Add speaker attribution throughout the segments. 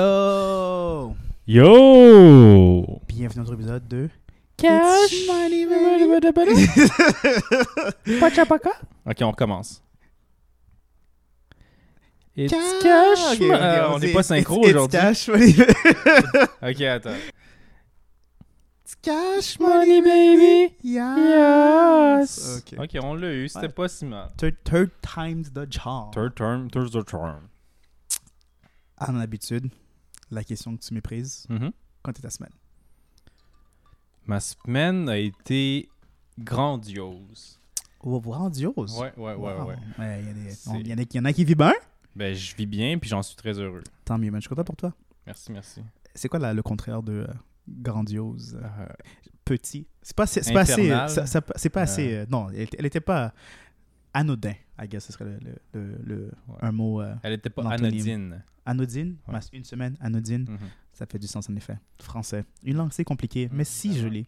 Speaker 1: Yo!
Speaker 2: Yo!
Speaker 1: Bienvenue dans notre épisode de...
Speaker 2: Cash
Speaker 1: money,
Speaker 2: Pachapaka? Ok, on recommence. It's
Speaker 1: Cash-
Speaker 2: cash
Speaker 1: Ok, ok,
Speaker 2: mo- Euh, on
Speaker 1: dit-
Speaker 2: n'est pas synchro
Speaker 1: it's- it's
Speaker 2: aujourd'hui.
Speaker 1: cash money.
Speaker 2: Ok, attends.
Speaker 1: It's cash money.
Speaker 2: Money baby!
Speaker 1: Yes.
Speaker 2: Yes! Ok, on l'a eu, c'était
Speaker 1: Ouais.
Speaker 2: pas si mal.
Speaker 1: Third, third time's the charm.
Speaker 2: Third term, third the charm.
Speaker 1: À mon habitude, la question que tu méprises,
Speaker 2: Mhm.
Speaker 1: quand est ta semaine?
Speaker 2: Ma semaine a été grandiose.
Speaker 1: Oh, grandiose.
Speaker 2: Ouais, ouais, ouais,
Speaker 1: Wow.
Speaker 2: ouais.
Speaker 1: Ouais, il y a des-
Speaker 2: C'est-
Speaker 1: on- Il y, en a qui- il y en a qui vivent bien.
Speaker 2: Ben, je vis bien, puis j'en suis très heureux.
Speaker 1: Tant mieux, man, je suis content pour toi.
Speaker 2: Merci, merci.
Speaker 1: C'est quoi la- le contraire de euh, grandiose? euh,
Speaker 2: Euh,
Speaker 1: petit? C'est pas, assez- c'est pas assez...
Speaker 2: Infernal.
Speaker 1: ça- ça- c'est pas
Speaker 2: Euh.
Speaker 1: assez... euh, non, elle, elle était pas anodin, I guess, ce serait le, le- le- le-
Speaker 2: Ouais.
Speaker 1: un mot... euh,
Speaker 2: elle était pas
Speaker 1: L'antonyme.
Speaker 2: anodine.
Speaker 1: Anodine,
Speaker 2: Ouais.
Speaker 1: mas- une semaine, anodine,
Speaker 2: Mhm.
Speaker 1: ça fait du sens en effet. Français. Une langue, c'est compliqué,
Speaker 2: Mhm,
Speaker 1: mais si
Speaker 2: vraiment.
Speaker 1: jolie.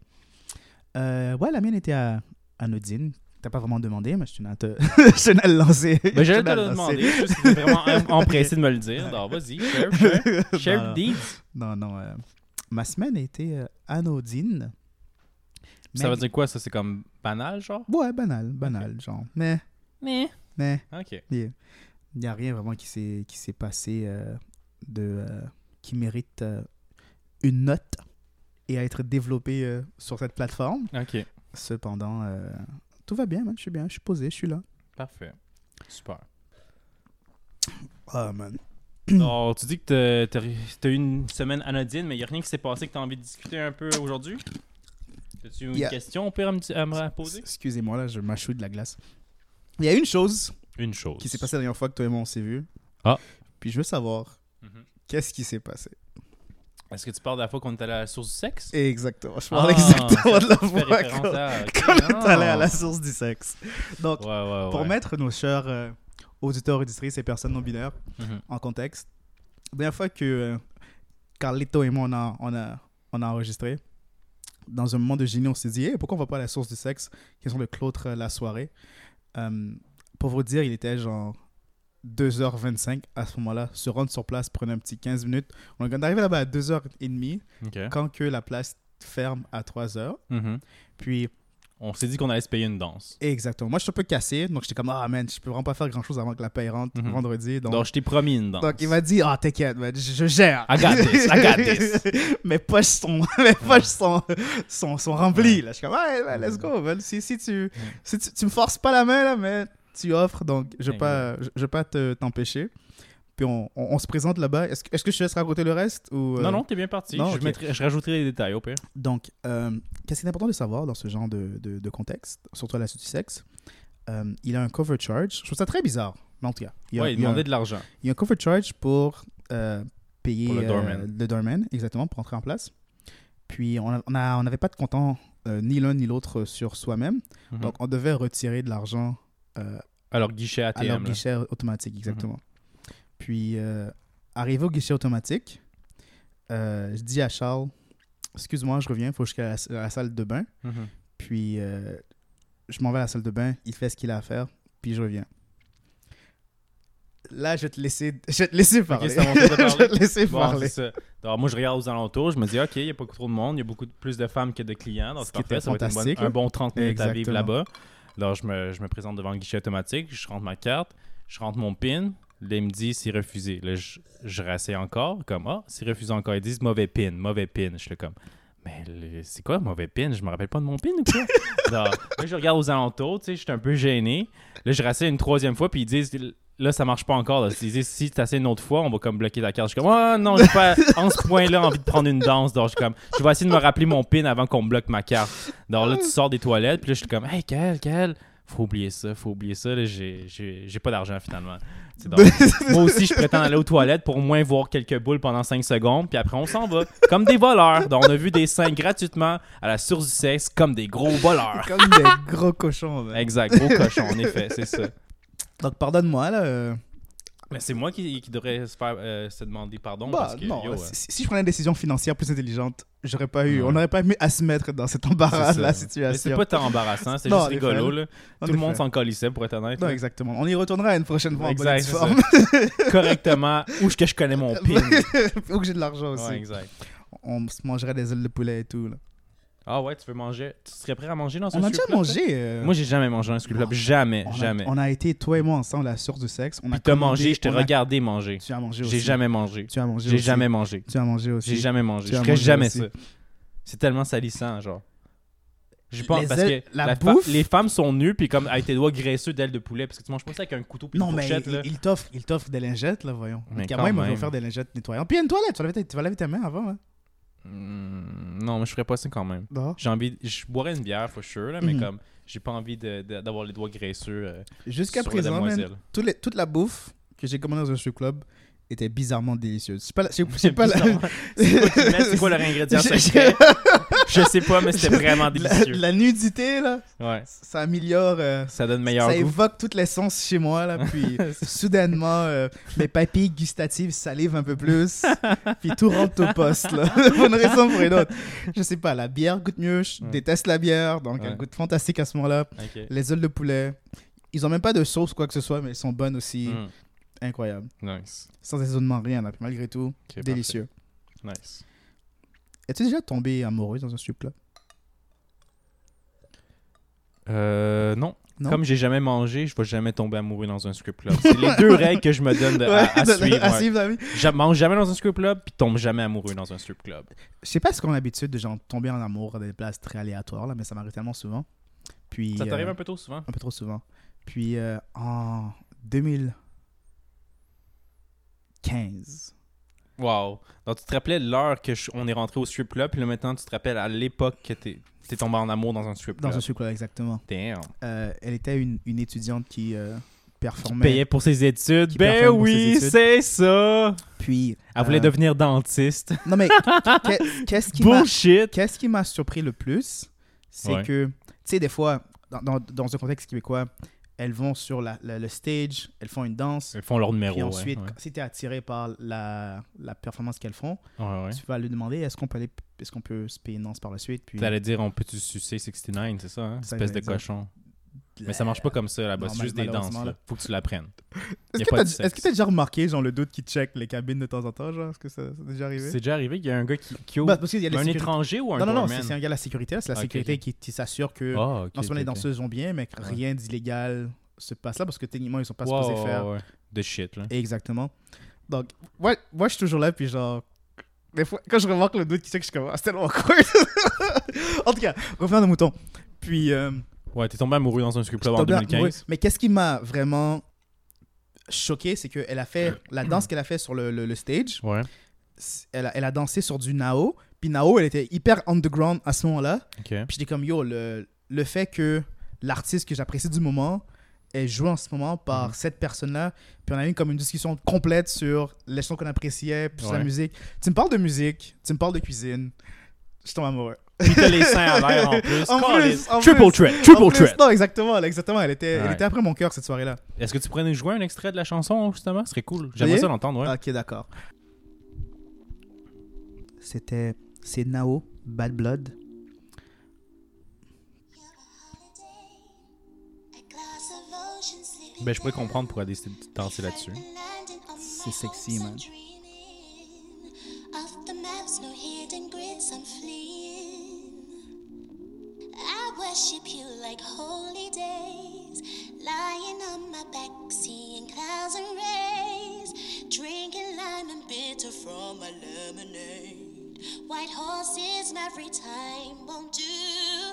Speaker 1: Euh, ouais, la mienne était à- anodine. T'as pas vraiment demandé, mais je tenais à te, je tenais à le lancer.
Speaker 2: Ben,
Speaker 1: Je
Speaker 2: j'allais te
Speaker 1: tenais à
Speaker 2: le
Speaker 1: lancer.
Speaker 2: demander, juste que t'es vraiment em- empressé de me le dire. Alors, vas-y, share, share, share
Speaker 1: Non,
Speaker 2: the deeds.
Speaker 1: Non, non. euh, ma semaine a été euh, anodine.
Speaker 2: Ça
Speaker 1: mais-
Speaker 2: veut dire quoi, ça? C'est comme banal, genre?
Speaker 1: Ouais, banal, banal, genre. Mais,
Speaker 2: Mais...
Speaker 1: mais,
Speaker 2: OK.
Speaker 1: il n'y a rien vraiment qui s'est qui s'est passé euh, de euh, qui mérite euh, une note et à être développé euh, sur cette plateforme.
Speaker 2: OK.
Speaker 1: Cependant, euh, tout va bien, man. Je suis bien, je suis posé, je suis là.
Speaker 2: Parfait. Super.
Speaker 1: Ah, man.
Speaker 2: Alors, tu dis que t'as- t'as eu- t'as eu une semaine anodine, mais il n'y a rien qui s'est passé que t'as envie de discuter un peu aujourd'hui? T'as-tu une
Speaker 1: Yeah.
Speaker 2: question, au pire, à me, à me poser?
Speaker 1: Excusez-moi, là, je m'achouille de la glace. Il y a une chose
Speaker 2: Une chose.
Speaker 1: qui s'est passée la dernière fois que toi et moi on s'est vus.
Speaker 2: Ah.
Speaker 1: Puis je veux savoir
Speaker 2: Mhm.
Speaker 1: qu'est-ce qui s'est passé.
Speaker 2: Est-ce que tu parles de la fois qu'on est allé à la source du sexe?
Speaker 1: Exactement. Je
Speaker 2: Ah,
Speaker 1: parle exactement de la
Speaker 2: Tu fais
Speaker 1: fois
Speaker 2: référence
Speaker 1: qu'on-
Speaker 2: à- ok,
Speaker 1: qu'on est allé à
Speaker 2: ah.
Speaker 1: la source du sexe. Donc,
Speaker 2: Ouais, ouais, ouais.
Speaker 1: Pour mettre nos chers euh, auditeurs, auditrices et personnes non binaires
Speaker 2: Mhm.
Speaker 1: en contexte, la dernière fois que euh, Carlito et moi, on a, on, a, on a enregistré, dans un moment de génie, on s'est dit Hey, pourquoi on va pas à la source du sexe Question de clôtre euh, la soirée. Euh, pour vous dire, il était genre 2h25 à ce moment-là. Se rendre sur place prenait un petit 15 minutes. On est arrivé là-bas à 2h30
Speaker 2: OK.
Speaker 1: quand que la place ferme à 3h.
Speaker 2: Mhm.
Speaker 1: Puis
Speaker 2: On s'est dit qu'on allait se payer une danse.
Speaker 1: Exactement. Moi, je suis un peu cassé, donc j'étais comme ah man, je peux vraiment pas faire grand chose avant que la paye rentre
Speaker 2: Mhm.
Speaker 1: vendredi. Donc,
Speaker 2: Donc, je t'ai promis une danse.
Speaker 1: donc, il m'a dit ah t'inquiète, man, je, je gère.
Speaker 2: I got this, I got this.
Speaker 1: mes poches sont, mes poches sont, sont, sont remplies là. Je suis comme ouais, ouais, let's go, man. Si, si tu, si tu, tu me forces pas la main là, mais tu offres, donc je vais pas, je, je vais pas te- t'empêcher. Puis on, on- on se présente là-bas. Est-ce que, est-ce que je te laisse raconter le reste ou euh,
Speaker 2: Non, non, t'es bien parti.
Speaker 1: Non,
Speaker 2: je,
Speaker 1: ok.
Speaker 2: mettrai- je rajouterai les détails, au pire.
Speaker 1: Donc, euh, qu'est-ce qui est important de savoir dans ce genre de, de- de contexte, surtout à la suite du sexe euh, Il a un cover charge. Je trouve ça très bizarre, mais en tout cas. Il y a,
Speaker 2: Ouais, il
Speaker 1: il y a un,
Speaker 2: demandait de l'argent.
Speaker 1: il y a un cover charge pour euh, payer
Speaker 2: Pour le
Speaker 1: euh,
Speaker 2: doorman.
Speaker 1: le doorman, exactement, pour entrer en place. Puis, on n'avait on a- on n'avait pas de comptant euh, ni l'un ni l'autre sur soi-même.
Speaker 2: Mhm.
Speaker 1: Donc, on devait retirer de l'argent euh,
Speaker 2: Alors, guichet
Speaker 1: à leur
Speaker 2: ATM. là. Mhm.
Speaker 1: guichet automatique, exactement. Puis, euh, arrivé au guichet automatique, euh, je dis à Charles, excuse-moi, je reviens, il faut que je sois à la s- à la salle de bain.
Speaker 2: Mhm.
Speaker 1: Puis, euh, je m'en vais à la salle de bain, il fait ce qu'il a à faire, puis je reviens. Là, je vais te laisser, je vais te laisser parler.
Speaker 2: c'est à mon
Speaker 1: je
Speaker 2: tour de
Speaker 1: vais te
Speaker 2: parler.
Speaker 1: laisser
Speaker 2: Bon,
Speaker 1: parler.
Speaker 2: c'est ça. Alors, moi, je regarde aux alentours, je me dis, OK, il y a pas trop de monde, il y a beaucoup de- plus de femmes que de clients, donc
Speaker 1: Ce
Speaker 2: c'est
Speaker 1: qui était
Speaker 2: parfait, ça va être une bonne-
Speaker 1: fantastique, là.
Speaker 2: un bon 30 minutes à vivre
Speaker 1: Exactement.
Speaker 2: là-bas. Alors, je me, je me présente devant le guichet automatique, je rentre ma carte, je rentre mon PIN, là, il me dit, c'est refusé. Là, je, je rassais encore, comme, ah, c'est refusé encore. Ils disent, mauvais PIN, mauvais PIN. Je suis comme, mais le- c'est quoi mauvais PIN? Je me rappelle pas de mon PIN ou quoi? Alors, là, je regarde aux alentours, tu sais, je suis un peu gêné. Là, je rassais une troisième fois, puis ils disent, là, ça marche pas encore. Là. Ils disent, si t'assais une autre fois, on va comme bloquer ta carte. Je suis comme, ah non, j'ai pas, en ce point-là, envie de prendre une danse. Donc, je suis comme, je vais essayer de me rappeler mon PIN avant qu'on me bloque ma carte. Donc, là, tu sors des toilettes, puis là, je suis comme, hey, quel, quel. Faut oublier ça, faut oublier ça, là, j'ai- j'ai j'ai pas d'argent finalement. C'est donc- moi aussi, je prétends aller aux toilettes pour au moins voir quelques boules pendant 5 secondes, puis après, on s'en va. Comme des voleurs. Donc, on a vu des seins gratuitement à la source du sexe, comme des gros voleurs.
Speaker 1: Comme des gros cochons. man.
Speaker 2: Exact, gros cochon, en effet, c'est ça.
Speaker 1: Donc, pardonne-moi, là. euh,
Speaker 2: Mais c'est moi qui, qui devrais se, faire, euh, se demander pardon.
Speaker 1: Bah,
Speaker 2: parce que,
Speaker 1: non,
Speaker 2: yo, euh,
Speaker 1: si, si je prenais une décision financière plus intelligente, j'aurais pas eu,
Speaker 2: Ouais.
Speaker 1: on n'aurait pas eu à se mettre dans cet embarras
Speaker 2: C'est
Speaker 1: de
Speaker 2: ça.
Speaker 1: la
Speaker 2: mais
Speaker 1: situation.
Speaker 2: c'est pas tant embarrassant, c'est
Speaker 1: Non, en
Speaker 2: juste
Speaker 1: effet.
Speaker 2: rigolo. Là.
Speaker 1: En
Speaker 2: Tout le monde
Speaker 1: effet.
Speaker 2: s'en colissait, pour être honnête.
Speaker 1: Non,
Speaker 2: là.
Speaker 1: exactement. On y retournera une prochaine fois en bonne et due
Speaker 2: Exact,
Speaker 1: forme.
Speaker 2: c'est ça. Correctement. Où est-ce que je connais mon pin?
Speaker 1: Faut que j'ai de l'argent aussi.
Speaker 2: Ouais, exact.
Speaker 1: on se mangerait des ailes de poulet et tout. là.
Speaker 2: Ah ouais, tu veux manger? Tu serais prêt à manger dans ce
Speaker 1: On a déjà
Speaker 2: scoop-là,
Speaker 1: mangé. euh,
Speaker 2: toi? Moi, j'ai jamais mangé un scoop
Speaker 1: Non.
Speaker 2: Jamais,
Speaker 1: on a-
Speaker 2: jamais.
Speaker 1: On a été, toi et moi, ensemble, à la source du sexe. On a
Speaker 2: Puis t'as
Speaker 1: commandé-
Speaker 2: mangé, je t'ai
Speaker 1: on a-
Speaker 2: regardé manger.
Speaker 1: Tu as mangé aussi.
Speaker 2: J'ai jamais mangé.
Speaker 1: Tu as mangé
Speaker 2: J'ai
Speaker 1: aussi.
Speaker 2: jamais mangé.
Speaker 1: Tu as mangé aussi.
Speaker 2: J'ai jamais mangé.
Speaker 1: Tu
Speaker 2: Je
Speaker 1: as
Speaker 2: ferais
Speaker 1: mangé
Speaker 2: jamais
Speaker 1: aussi.
Speaker 2: ça. C'est tellement salissant, genre. Je
Speaker 1: Les
Speaker 2: pense parce que
Speaker 1: ailes- la
Speaker 2: la fa-
Speaker 1: bouffe-
Speaker 2: les femmes sont nues, puis comme avec tes doigts graisseux d'ailes de poulet, parce que tu manges pas ça avec un couteau puis une
Speaker 1: Non, mais
Speaker 2: fourchette,
Speaker 1: il,
Speaker 2: là.
Speaker 1: il t'offre, il t'offre des lingettes, là, voyons.
Speaker 2: Mais
Speaker 1: Car
Speaker 2: quand
Speaker 1: moi, il m'avait
Speaker 2: même.
Speaker 1: offert des lingettes nettoyantes. Puis il y a une toilette, tu vas laver, ta- tu vas laver tes mains avant. Hein.
Speaker 2: Hmm, non, mais je ferais pas ça quand même.
Speaker 1: Non.
Speaker 2: J'ai envie. Je boirais une bière, for sure, là, mais
Speaker 1: Mhm.
Speaker 2: comme. J'ai pas envie de- de- d'avoir les doigts graisseux. euh,
Speaker 1: Jusqu'à
Speaker 2: sur la
Speaker 1: présent, man,
Speaker 2: demoiselle.
Speaker 1: tous les- toute la bouffe que j'ai commandée dans un strip club était bizarrement délicieuse. C'est pas la- c'est- c'est pas la-
Speaker 2: Bizarrement, C'est quoi qu'ils mettent, c'est quoi leur ingrédient
Speaker 1: Je-
Speaker 2: secret? Je sais pas, mais c'était vraiment
Speaker 1: la,
Speaker 2: délicieux.
Speaker 1: la nudité, là,
Speaker 2: Ouais.
Speaker 1: ça améliore. euh,
Speaker 2: Ça donne meilleur
Speaker 1: ça
Speaker 2: goût.
Speaker 1: évoque toute l'essence chez moi, là. Puis soudainement, euh, mes papilles gustatives salivent un peu plus. puis tout rentre au poste, là. pour une raison ou pour une autre. Je sais pas, la bière goûte mieux. Je
Speaker 2: Ouais.
Speaker 1: déteste la bière, donc
Speaker 2: Ouais.
Speaker 1: elle goûte fantastique à ce moment-là.
Speaker 2: Ok.
Speaker 1: Les ailes de poulet. Ils ont même pas de sauce, quoi que ce soit, mais elles sont bonnes aussi.
Speaker 2: Hmm.
Speaker 1: Incroyable.
Speaker 2: Nice.
Speaker 1: Sans assaisonnement, rien, là. Puis malgré tout,
Speaker 2: Ok, parfait.
Speaker 1: délicieux.
Speaker 2: Nice.
Speaker 1: Es-tu déjà tombé amoureux dans un strip club
Speaker 2: Euh, non.
Speaker 1: Non?
Speaker 2: Comme j'ai jamais mangé, je vais jamais tomber amoureux dans un strip club. C'est les deux règles que je me donne de- à- à,
Speaker 1: Ouais,
Speaker 2: suivre.
Speaker 1: à
Speaker 2: ouais.
Speaker 1: suivre, David.
Speaker 2: Je mange jamais dans un strip club, puis tombe jamais amoureux dans un strip club.
Speaker 1: Je sais pas ce qu'on a l'habitude de genre tomber en amour à des places très aléatoires, là, mais ça m'arrive tellement souvent. Puis,
Speaker 2: Ça t'arrive
Speaker 1: euh,
Speaker 2: un peu trop souvent?
Speaker 1: un peu trop souvent. Puis euh, en 2015,
Speaker 2: Wow. Donc tu te rappelais l'heure que je- on est rentré au strip club, puis là maintenant tu te rappelles à l'époque que t'es es tombé en amour dans un strip
Speaker 1: dans
Speaker 2: club.
Speaker 1: ce sucre exactement,
Speaker 2: Damn.
Speaker 1: euh, elle était une, une étudiante qui euh, performait.
Speaker 2: Payait pour ses études.
Speaker 1: Qui
Speaker 2: Ben
Speaker 1: performe pour ses
Speaker 2: oui,
Speaker 1: études.
Speaker 2: c'est ça.
Speaker 1: Puis.
Speaker 2: Elle voulait
Speaker 1: euh,
Speaker 2: devenir dentiste.
Speaker 1: Non, mais qu'est- qu'est-ce qui m'a-
Speaker 2: Bullshit.
Speaker 1: qu'est-ce qui m'a surpris le plus, c'est
Speaker 2: Ouais.
Speaker 1: que, tu sais, des fois, dans, dans, dans un contexte québécois, elles vont sur la- la- le stage, elles font une danse.
Speaker 2: Ils font leur numéro.
Speaker 1: Puis
Speaker 2: ouais,
Speaker 1: ensuite,
Speaker 2: ouais.
Speaker 1: si tu es attiré par la, la performance qu'elles font,
Speaker 2: Ouais, ouais.
Speaker 1: tu vas lui demander est-ce qu'on peut aller, est-ce qu'on peut se payer une danse par la suite. Puis
Speaker 2: T'allais dire on peut-tu sucer 69, c'est ça, hein?
Speaker 1: Ça,
Speaker 2: Espèce de
Speaker 1: exact.
Speaker 2: cochon. Mais ça marche pas comme ça là-bas,
Speaker 1: Non,
Speaker 2: c'est
Speaker 1: mal-
Speaker 2: juste des danses.
Speaker 1: malheureusement,
Speaker 2: là.
Speaker 1: là.
Speaker 2: Faut que tu l'apprennes. Y
Speaker 1: Est-ce
Speaker 2: a
Speaker 1: que
Speaker 2: pas
Speaker 1: t'as
Speaker 2: de
Speaker 1: est-ce
Speaker 2: sexe.
Speaker 1: que t'as déjà remarqué genre le doute qui check les cabines de temps en temps genre est-ce que ça c'est déjà arrivé
Speaker 2: C'est déjà arrivé qu'il y a un gars qui, qui
Speaker 1: Bah,
Speaker 2: ouvre.
Speaker 1: parce qu'il y a les
Speaker 2: un
Speaker 1: sécuri-
Speaker 2: étranger ou un
Speaker 1: non non non c'est
Speaker 2: doorman?
Speaker 1: c'est un gars de la sécurité là, c'est la
Speaker 2: Ah, ok,
Speaker 1: sécurité
Speaker 2: ok.
Speaker 1: qui, qui s'assure que
Speaker 2: Ah, ok,
Speaker 1: non seulement les
Speaker 2: ok, ok.
Speaker 1: danseuses vont bien mais que
Speaker 2: Ouais.
Speaker 1: rien d'illégal se passe là parce que techniquement ils sont pas
Speaker 2: Wow,
Speaker 1: supposés faire
Speaker 2: ouais, ouais. De shit, là.
Speaker 1: exactement donc ouais moi je suis toujours là puis genre des fois quand je remarque le doute qui check je suis comme ah, c'est tellement awkward en tout cas revenons nos moutons puis euh,
Speaker 2: Ouais, t'es tombé amoureux dans un strip club en
Speaker 1: Stop là.
Speaker 2: 2015.
Speaker 1: Ouais. Mais qu'est-ce qui m'a vraiment choqué, c'est qu'elle a fait la danse qu'elle a fait sur le, le- le stage.
Speaker 2: Ouais.
Speaker 1: c- Elle a, elle a dansé sur du Nao. Puis Nao, elle était hyper underground à ce moment-là.
Speaker 2: Ok.
Speaker 1: Puis j'étais comme, yo, le, le fait que l'artiste que j'apprécie du moment est joué en ce moment par
Speaker 2: Mhm.
Speaker 1: cette personne-là. Puis on a eu comme une discussion complète sur les chansons qu'on appréciait, puis sur
Speaker 2: Ouais.
Speaker 1: la musique. Tu me parles de musique, tu me parles de cuisine. Je tombe amoureux.
Speaker 2: Puis t'as les seins à l'air en plus.
Speaker 1: En plus, en
Speaker 2: triple
Speaker 1: plus.
Speaker 2: threat,
Speaker 1: En
Speaker 2: triple
Speaker 1: plus,
Speaker 2: threat.
Speaker 1: Non, exactement, elle- exactement. Elle était, elle
Speaker 2: Ouais.
Speaker 1: était après mon cœur cette soirée-là.
Speaker 2: Est-ce que tu pourrais nous jouer un extrait de la chanson, justement? Ce serait cool. J'aimerais
Speaker 1: Voyez?
Speaker 2: ça l'entendre, ouais.
Speaker 1: Ok, d'accord. C'était. C'est Nao, Bad Blood.
Speaker 2: Ben, je pourrais comprendre pourquoi elle a décidé de danser là-dessus.
Speaker 3: C'est sexy, man. I worship you like holy days. Lying on my back, seeing clouds and rays. Drinking lime and bitter from my lemonade. White horses, every time won't do.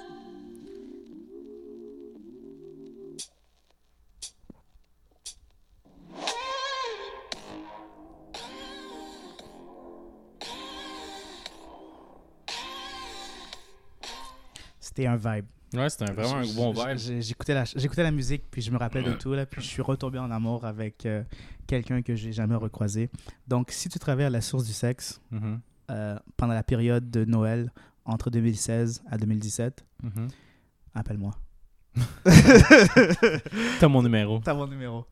Speaker 1: C'était un vibe.
Speaker 2: Ouais, c'était un- vraiment un
Speaker 1: J-
Speaker 2: bon
Speaker 1: j-
Speaker 2: vibe.
Speaker 1: j- J'écoutais la, ch- j'écoutais la musique, puis je me rappelais de tout, là, puis je suis retombé en amour avec euh, quelqu'un que j'ai jamais recroisé. Donc, si tu traverses la source du sexe
Speaker 2: Mhm,
Speaker 1: euh, pendant la période de Noël entre 2016 à 2017,
Speaker 2: mhm.
Speaker 1: appelle-moi.
Speaker 2: T'as mon numéro.
Speaker 1: T'as mon numéro.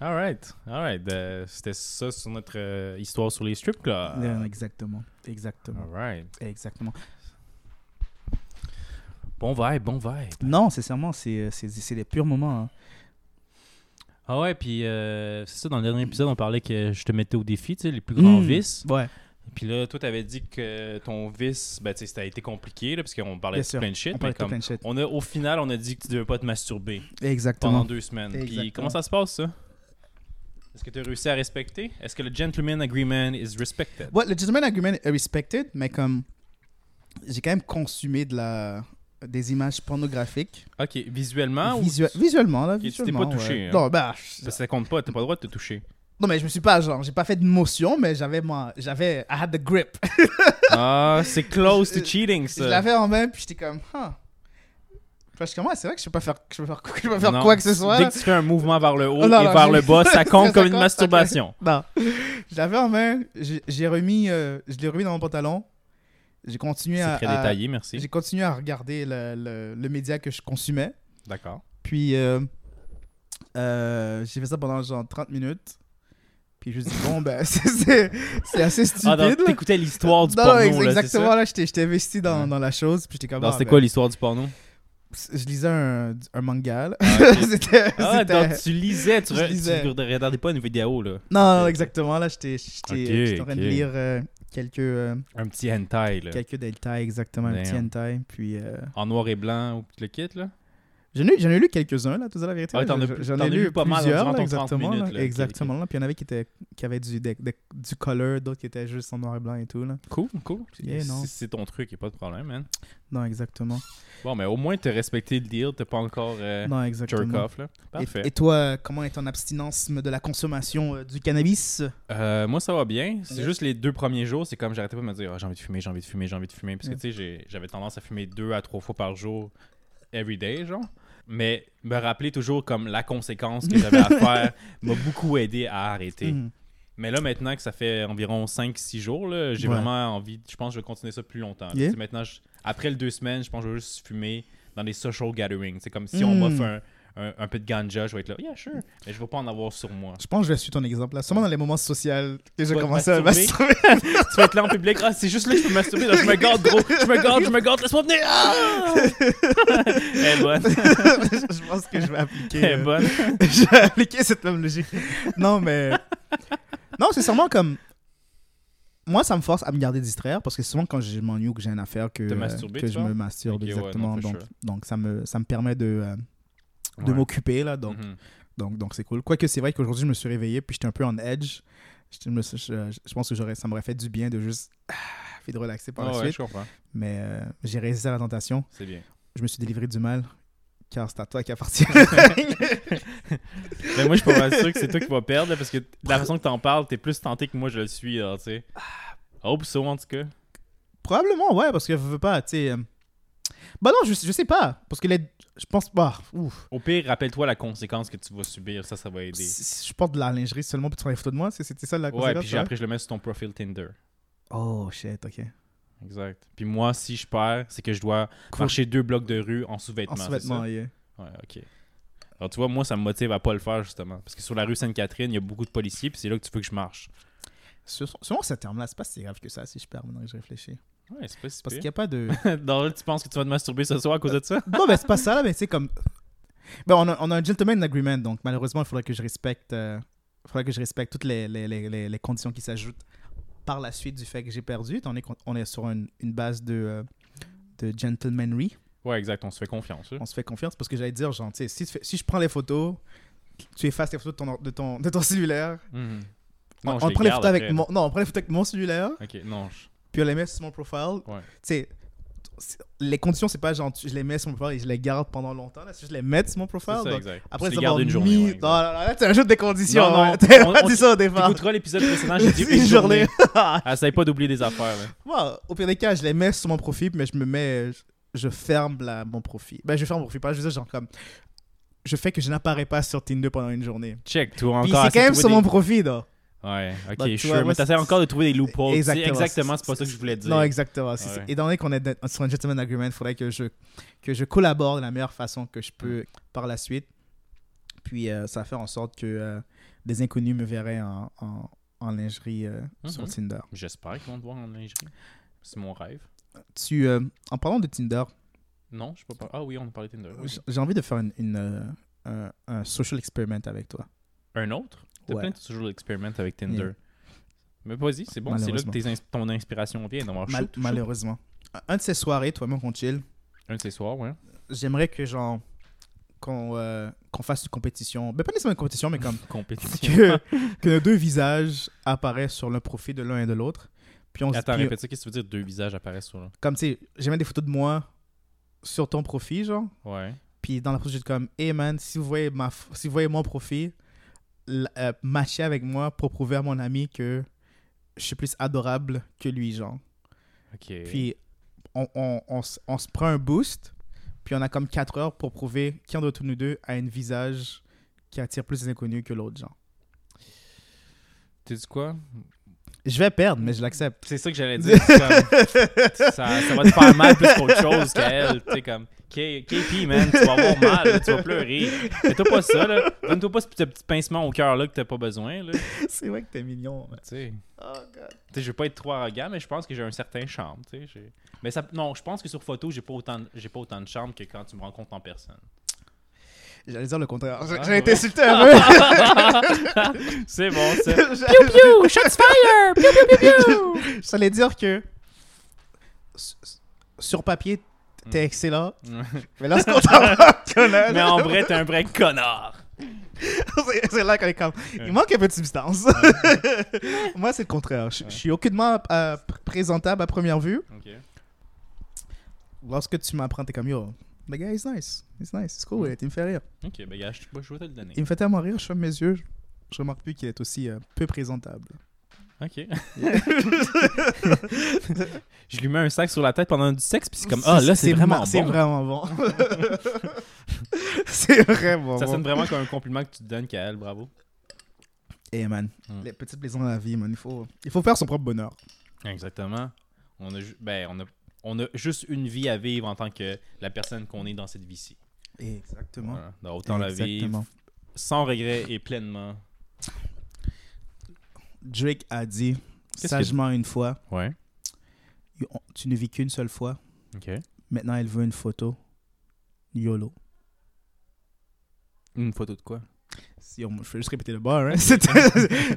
Speaker 2: All right. All right. Euh, C'était ça sur notre euh, histoire sur les strip clubs.
Speaker 1: Yeah, Euh, exactement. Exactement.
Speaker 2: All right.
Speaker 1: Exactement.
Speaker 2: Bon vibe, bon vibe.
Speaker 1: Non, sincèrement, c'est euh, c'est- c'est des purs moments. hein.
Speaker 2: Ah ouais, puis euh, c'est ça, dans le dernier épisode, on parlait que je te mettais au défi, tu sais, les plus grands
Speaker 1: Mm.
Speaker 2: vices.
Speaker 1: Ouais.
Speaker 2: Puis là, toi, t'avais dit que ton vice, ben, tu sais, ça a été compliqué, là, parce qu'on parlait
Speaker 1: Bien
Speaker 2: de
Speaker 1: sûr,
Speaker 2: plein de shit.
Speaker 1: On
Speaker 2: mais
Speaker 1: parle de
Speaker 2: comme,
Speaker 1: plein de shit.
Speaker 2: on a, au final, on a dit que tu devais pas te masturber pendant
Speaker 1: Exactement.
Speaker 2: deux semaines. Puis
Speaker 1: Exactement.
Speaker 2: comment ça se passe, ça? Est-ce que tu as réussi à respecter? Est-ce que le gentleman agreement is respected?
Speaker 1: Ouais, le gentleman agreement est respected, mais comme j'ai quand même consumé de la des images pornographiques
Speaker 2: OK, visuellement
Speaker 1: Visua-
Speaker 2: Hein, ou...
Speaker 1: visuellement là
Speaker 2: tu t'es
Speaker 1: visuellement
Speaker 2: pas touché,
Speaker 1: ouais.
Speaker 2: hein?
Speaker 1: non bah,
Speaker 2: Ça, ça compte pas, t'as pas le droit de te toucher.
Speaker 1: non mais je me suis pas genre j'ai pas fait de motion mais j'avais moi j'avais I had the grip
Speaker 2: Ah, c'est close to
Speaker 1: Je-
Speaker 2: cheating,
Speaker 1: je
Speaker 2: ça.
Speaker 1: l'avais en main puis j'étais comme ah Parce que moi c'est vrai que je peux pas faire je peux faire, je peux faire
Speaker 2: Non.
Speaker 1: quoi que ce soit
Speaker 2: Dès que tu fais un mouvement vers le haut
Speaker 1: Oh, non,
Speaker 2: et
Speaker 1: non,
Speaker 2: vers
Speaker 1: je-
Speaker 2: le bas, ça compte
Speaker 1: Ça
Speaker 2: comme une
Speaker 1: compte,
Speaker 2: masturbation.
Speaker 1: Non. Je l'avais en main, j'ai j'ai remis, euh, je l'ai remis dans mon pantalon. J'ai continué
Speaker 2: C'est
Speaker 1: à,
Speaker 2: très
Speaker 1: à-
Speaker 2: détaillé, merci.
Speaker 1: Euh, j'ai continué à regarder le, le- le média que je consommais.
Speaker 2: D'accord.
Speaker 1: Puis euh, euh, j'ai fait ça pendant genre 30 minutes. Puis je me suis dit, bon, ben, c'est- c'est c'est assez stupide.
Speaker 2: Ah, donc
Speaker 1: là.
Speaker 2: t'écoutais l'histoire du
Speaker 1: Non,
Speaker 2: porno,
Speaker 1: ex-
Speaker 2: là, c'est
Speaker 1: exactement,
Speaker 2: ça?
Speaker 1: là, j'étais j'étais investi dans,
Speaker 2: Ouais.
Speaker 1: dans la chose. Puis j'étais comme,
Speaker 2: Non,
Speaker 1: ah,
Speaker 2: c'était
Speaker 1: ben,
Speaker 2: quoi l'histoire du porno?
Speaker 1: Je lisais un, un manga. là.
Speaker 2: Ah, ok.
Speaker 1: C'était-
Speaker 2: Ah,
Speaker 1: c'était-
Speaker 2: donc tu lisais, tu,
Speaker 1: Je
Speaker 2: re- tu
Speaker 1: lisais.
Speaker 2: regardais pas une vidéo, là.
Speaker 1: Non, non,
Speaker 2: Ok.
Speaker 1: exactement, là, j'étais j'étais-
Speaker 2: Ok,
Speaker 1: j'étais en train de
Speaker 2: ok.
Speaker 1: lire euh, quelques. euh,
Speaker 2: Un petit hentai, là.
Speaker 1: Quelques delta, exactement, un petit
Speaker 2: Damn.
Speaker 1: hentai. Puis, euh,
Speaker 2: En noir et blanc, ou tout le kit, là.
Speaker 1: j'en, ai, j'en ai lu quelques-uns, là, tout à la vérité.
Speaker 2: Ah oui,
Speaker 1: là.
Speaker 2: t'en as-
Speaker 1: J'en- j'en
Speaker 2: t'en as
Speaker 1: ai
Speaker 2: lu
Speaker 1: lu
Speaker 2: pas mal
Speaker 1: plusieurs,
Speaker 2: durant
Speaker 1: là,
Speaker 2: ton 30
Speaker 1: exactement.
Speaker 2: minutes,
Speaker 1: là,
Speaker 2: là, ok,
Speaker 1: exactement. Là. Puis il y en avait qui, étaient, qui avaient du, des- des- du color, d'autres qui étaient juste en noir et blanc et tout. Là.
Speaker 2: Cool, cool.
Speaker 1: Yeah,
Speaker 2: Si-
Speaker 1: non.
Speaker 2: si c'est ton truc, y a pas de problème, man.
Speaker 1: Non, exactement.
Speaker 2: Bon, mais au moins, t'as respecté le deal, t'as pas encore euh,
Speaker 1: non, exactement.
Speaker 2: jerk off, là. Parfait.
Speaker 1: Et, et toi, euh, comment est ton abstinence de la consommation euh, du cannabis
Speaker 2: Euh, moi, ça va bien. C'est
Speaker 1: Ouais.
Speaker 2: juste les deux premiers jours, c'est comme j'arrêtais pas de me dire Ah, j'ai envie de fumer, j'ai envie de fumer, j'ai envie de fumer. Parce que
Speaker 1: Ouais.
Speaker 2: tu sais, j'ai- j'avais tendance à fumer deux à trois fois par jour, every day, genre. Mais me rappeler toujours comme la conséquence que j'avais à faire m'a beaucoup aidé à arrêter.
Speaker 1: Mhm.
Speaker 2: Mais là, maintenant que ça fait environ 5-6 jours, là, j'ai
Speaker 1: Ouais.
Speaker 2: vraiment envie, je pense que je vais continuer ça plus longtemps. là.
Speaker 1: Yeah.
Speaker 2: Tu sais, Maintenant, je- après le deux semaines, je pense que je vais juste fumer dans des social gatherings. C'est comme si on
Speaker 1: Mm.
Speaker 2: m'offre un, un- un peu de ganja, je vais être là, yeah, sure. Mais je vais pas en avoir sur moi.
Speaker 1: Je pense que je vais suivre ton exemple. Là. Sûrement dans les moments sociaux que j'ai
Speaker 2: Pas de
Speaker 1: commencé à
Speaker 2: masturber.
Speaker 1: masturber.
Speaker 2: tu vas être là en public. Ah, c'est juste là que je peux masturber. Là, je me garde, gros. Je me garde, je me garde. Laisse-moi venir. Ah! Elle est bonne.
Speaker 1: je pense que je vais
Speaker 2: Elle
Speaker 1: appliquer.
Speaker 2: est
Speaker 1: euh,
Speaker 2: bonne.
Speaker 1: J'ai appliqué cette même logique. Non, mais. Non, c'est sûrement comme. Moi, ça me force à me garder distraire parce que souvent, quand je m'ennuie ou que j'ai une affaire, que,
Speaker 2: Te
Speaker 1: euh,
Speaker 2: masturber,
Speaker 1: que
Speaker 2: tu
Speaker 1: je
Speaker 2: vois?
Speaker 1: me masturbe
Speaker 2: Ok, ouais,
Speaker 1: exactement.
Speaker 2: non, for
Speaker 1: donc,
Speaker 2: sure.
Speaker 1: donc ça, me, ça me permet de, euh, de
Speaker 2: Ouais.
Speaker 1: m'occuper, là. Donc,
Speaker 2: Mhm.
Speaker 1: donc, donc, c'est cool. Quoique, c'est vrai qu'aujourd'hui, je me suis réveillé puis j'étais un peu en edge. Je, me suis- je- je pense que j'aurais, ça m'aurait fait du bien de juste. Ah, puis de relaxer par
Speaker 2: Ah
Speaker 1: la
Speaker 2: ouais,
Speaker 1: suite.
Speaker 2: je comprends.
Speaker 1: Mais euh, j'ai résisté à la tentation.
Speaker 2: C'est bien.
Speaker 1: Je me suis délivré du mal. Car c'est à toi qui appartient.
Speaker 2: Mais Ben, moi, je suis pas mal sûr que c'est toi qui vas perdre là, parce que de la façon que t'en parles, t'es plus tenté que moi, je le suis. Alors, tu sais. Ah, Hope so, en tout cas.
Speaker 1: Probablement, ouais, parce que je veux pas, tu sais. euh, Bah non, je, je sais pas. Parce que les... je pense pas. ouf.
Speaker 2: Au pire, rappelle-toi la conséquence que tu vas subir. Ça, ça va aider.
Speaker 1: Si- Je porte de la lingerie seulement pour prendre des photos de moi. c'est- C'était ça la
Speaker 2: Ouais,
Speaker 1: conséquence, hein?
Speaker 2: puis j'ai-
Speaker 1: ouais?
Speaker 2: après, je le mets sur ton profil Tinder.
Speaker 1: Oh shit, ok.
Speaker 2: Exact. Puis moi, si je perds, c'est que je dois
Speaker 1: Cool.
Speaker 2: marcher deux blocs de rue en sous-vêtements.
Speaker 1: En
Speaker 2: c'est
Speaker 1: sous-vêtements, yeah.
Speaker 2: ça? Ouais, ok. Alors, tu vois, moi, ça me motive à pas le faire, justement. Parce que sur la rue Sainte-Catherine, il y a beaucoup de policiers, puis c'est là que tu veux que je marche.
Speaker 1: Sur- Selon ce terme-là, c'est pas si grave que ça si je perds maintenant que je réfléchis.
Speaker 2: Ouais, c'est pas si
Speaker 1: Parce
Speaker 2: pire.
Speaker 1: qu'il y a pas de.
Speaker 2: Dans le, tu penses que tu vas te masturber ce soir à cause de ça?
Speaker 1: non, mais c'est pas ça là, mais c'est comme. Ben, on a, on a un gentleman agreement, donc malheureusement, il faudrait que je respecte. euh, faudrait que je respecte toutes les, les, les, les- les conditions qui s'ajoutent par la suite du fait que j'ai perdu. étant donné qu'on- On est sur une, une base de, euh, de gentlemanry.
Speaker 2: Ouais, exact, on se fait confiance. hein.
Speaker 1: on se fait confiance parce que j'allais dire genre tu sais, si, tu fais- si je prends les photos tu effaces les photos de ton or- de ton, de ton cellulaire
Speaker 2: Mhm.
Speaker 1: on,
Speaker 2: je
Speaker 1: on
Speaker 2: les
Speaker 1: prend les
Speaker 2: garde
Speaker 1: photos avec
Speaker 2: après.
Speaker 1: mon non on prend les photos avec mon cellulaire
Speaker 2: Ok, non. je-
Speaker 1: puis on les met sur mon profile
Speaker 2: Ouais.
Speaker 1: tu sais c'est- les conditions c'est pas genre tu- je les mets sur mon profil et je les garde pendant longtemps là c'est juste je les mets sur mon
Speaker 2: C'est
Speaker 1: profil
Speaker 2: ça,
Speaker 1: donc
Speaker 2: exact.
Speaker 1: après
Speaker 2: tu
Speaker 1: ça
Speaker 2: les gardes une journée. ouais, exact.
Speaker 1: Ah là tu ajoutes des conditions
Speaker 2: Non, non,
Speaker 1: ouais. T'as
Speaker 2: on-
Speaker 1: pas
Speaker 2: on-
Speaker 1: dit ça au départ
Speaker 2: T'écouteras l'épisode précédent, j'ai dit
Speaker 1: Une
Speaker 2: une journée. Ah,
Speaker 1: journée.
Speaker 2: Essaye pas d'oublier des affaires. là.
Speaker 1: Moi, au pire des cas, je les mets sur mon profil, mais je me mets. Je, je ferme la, mon profil. Ben, je ferme mon profil, pas je veux dire, genre comme. Je fais que je n'apparais pas sur Tinder pendant une journée.
Speaker 2: Check, toi
Speaker 1: Puis
Speaker 2: encore.
Speaker 1: c'est quand
Speaker 2: essaie de
Speaker 1: même
Speaker 2: trouver
Speaker 1: sur
Speaker 2: des-
Speaker 1: mon profil, là.
Speaker 2: Ouais, ok,
Speaker 1: Bah, tu
Speaker 2: sure.
Speaker 1: vois, moi,
Speaker 2: mais t'essaies
Speaker 1: c'est-
Speaker 2: encore de trouver des loopholes. tu sais,
Speaker 1: Exactement.
Speaker 2: Exactement, c'est pas ça que je voulais dire.
Speaker 1: Non, exactement. C'est-
Speaker 2: Ouais.
Speaker 1: c'est- Étant donné qu'on est dans- sur un gentleman agreement, il faudrait que je, que je collabore de la meilleure façon que je peux par la suite. Puis euh, ça a fait en sorte que euh, des inconnus me verraient en, en- en lingerie euh, sur
Speaker 2: Mhm.
Speaker 1: Tinder.
Speaker 2: J'espère qu'ils vont te voir en lingerie. C'est mon rêve.
Speaker 1: Tu, euh, en parlant de Tinder,
Speaker 2: Non, je peux pas. Ah oui, on a parlé de Tinder. oui.
Speaker 1: j- j'ai envie de faire une, une, euh, un, un social experiment avec toi.
Speaker 2: Un autre T'as
Speaker 1: Ouais.
Speaker 2: plein de toujours l'expériment avec Tinder.
Speaker 1: Yeah.
Speaker 2: Mais vas-y, c'est bon, c'est là que
Speaker 1: Malheureusement.
Speaker 2: tes ins- ton inspiration vient d'avoir
Speaker 1: Mal-
Speaker 2: shoot, shoot.
Speaker 1: malheureusement. Un de ces soirées, toi-même, qu'on chill,
Speaker 2: Un de ces soirs, ouais.
Speaker 1: j'aimerais que genre qu'on euh, qu'on fasse une compétition. Ben, pas nécessairement une compétition, mais comme
Speaker 2: Compétition.
Speaker 1: que, que nos deux visages apparaissent sur le profil de l'un et de l'autre. Puis on se
Speaker 2: Attends,
Speaker 1: puis-
Speaker 2: répète ça, qu'est-ce que tu veux dire deux visages apparaissent sur là
Speaker 1: comme tu sais, j'ai mis des photos de moi sur ton profil, genre.
Speaker 2: Ouais.
Speaker 1: Puis dans la photo, j'ai comme, hey man, si vous voyez, ma, f- si vous voyez mon profil, l- euh, matchez avec moi pour prouver à mon ami que je suis plus adorable que lui, genre.
Speaker 2: Ok.
Speaker 1: Puis on, on, on, s- on se prend un boost, puis on a comme 4 heures pour prouver qui entre tous nous deux a un visage qui attire plus les inconnus que l'autre, genre.
Speaker 2: tu dis quoi
Speaker 1: Je vais perdre, mais je l'accepte.
Speaker 2: C'est ça que j'allais dire. c'est comme- ça, ça va te faire mal plus qu'autre chose qu'elle. Tu sais, comme, K- KP, man, tu vas avoir mal, là, tu vas pleurer. Fais-toi pas ça, là. Donne-toi pas ce petit, petit pincement au cœur, là, que t'as pas besoin, là. Tu
Speaker 1: C'est vrai que t'es mignon. man.
Speaker 2: sais. Tu sais, je veux pas être trop arrogant, mais je pense que j'ai un certain charme, tu sais. j'ai- Mais ça, non, je pense que sur photo, j'ai pas autant, de- j'ai pas autant de charme que quand tu me rencontres en personne.
Speaker 1: J'allais dire le contraire. J'ai
Speaker 2: Ah,
Speaker 1: j'ai été
Speaker 2: ouais.
Speaker 1: insulté un peu.
Speaker 2: C'est bon, ça.
Speaker 1: Piu, shots fire! Piu, piu, piu, piu! Ça allait dire que s- s- sur papier, t'es excellent, mais là, c'est qu'on t'en rend
Speaker 2: mais en vrai, t'es un vrai connard.
Speaker 1: c'est- c'est là qu'on est comme. Il manque un peu de substance. Moi, c'est le contraire. Je je suis aucunement euh, pr- présentable à première vue.
Speaker 2: Ok.
Speaker 1: Lorsque tu m'apprends, t'es comme yo. The guy is nice. He's nice. It's
Speaker 2: Mm.
Speaker 1: cool. Il me fait rire.
Speaker 2: Ok, ben, gars, je, je vais te le donner.
Speaker 1: Il me fait tellement rire, je ferme mes yeux. je- Je remarque plus qu'il est aussi euh, peu présentable.
Speaker 2: Ok. je lui mets un sac sur la tête pendant du sexe, puis c'est comme,
Speaker 1: C'est-
Speaker 2: ah, là, c'est vraiment
Speaker 1: mar- C'est
Speaker 2: bon.
Speaker 1: vraiment bon. c'est vraiment
Speaker 2: Ça
Speaker 1: bon.
Speaker 2: sonne vraiment comme un compliment que tu te donnes, Kael, bravo.
Speaker 1: Eh, man,
Speaker 2: Mm.
Speaker 1: les petits plaisirs dans la vie, man, il faut, il faut faire son propre bonheur.
Speaker 2: Exactement. On a, ju- ben, on, a, on a juste une vie à vivre en tant que la personne qu'on est dans cette vie-ci.
Speaker 1: Exactement.
Speaker 2: Voilà. Donc, autant la vivre sans regret et pleinement.
Speaker 1: Drake a dit
Speaker 2: Qu'est-ce
Speaker 1: sagement une fois,
Speaker 2: Ouais.
Speaker 1: you- on- tu ne vis qu'une seule fois.
Speaker 2: Ok.
Speaker 1: Maintenant, elle veut une photo. YOLO.
Speaker 2: Une photo de quoi
Speaker 1: Si on, je vais juste répéter le bar, hein. C'est-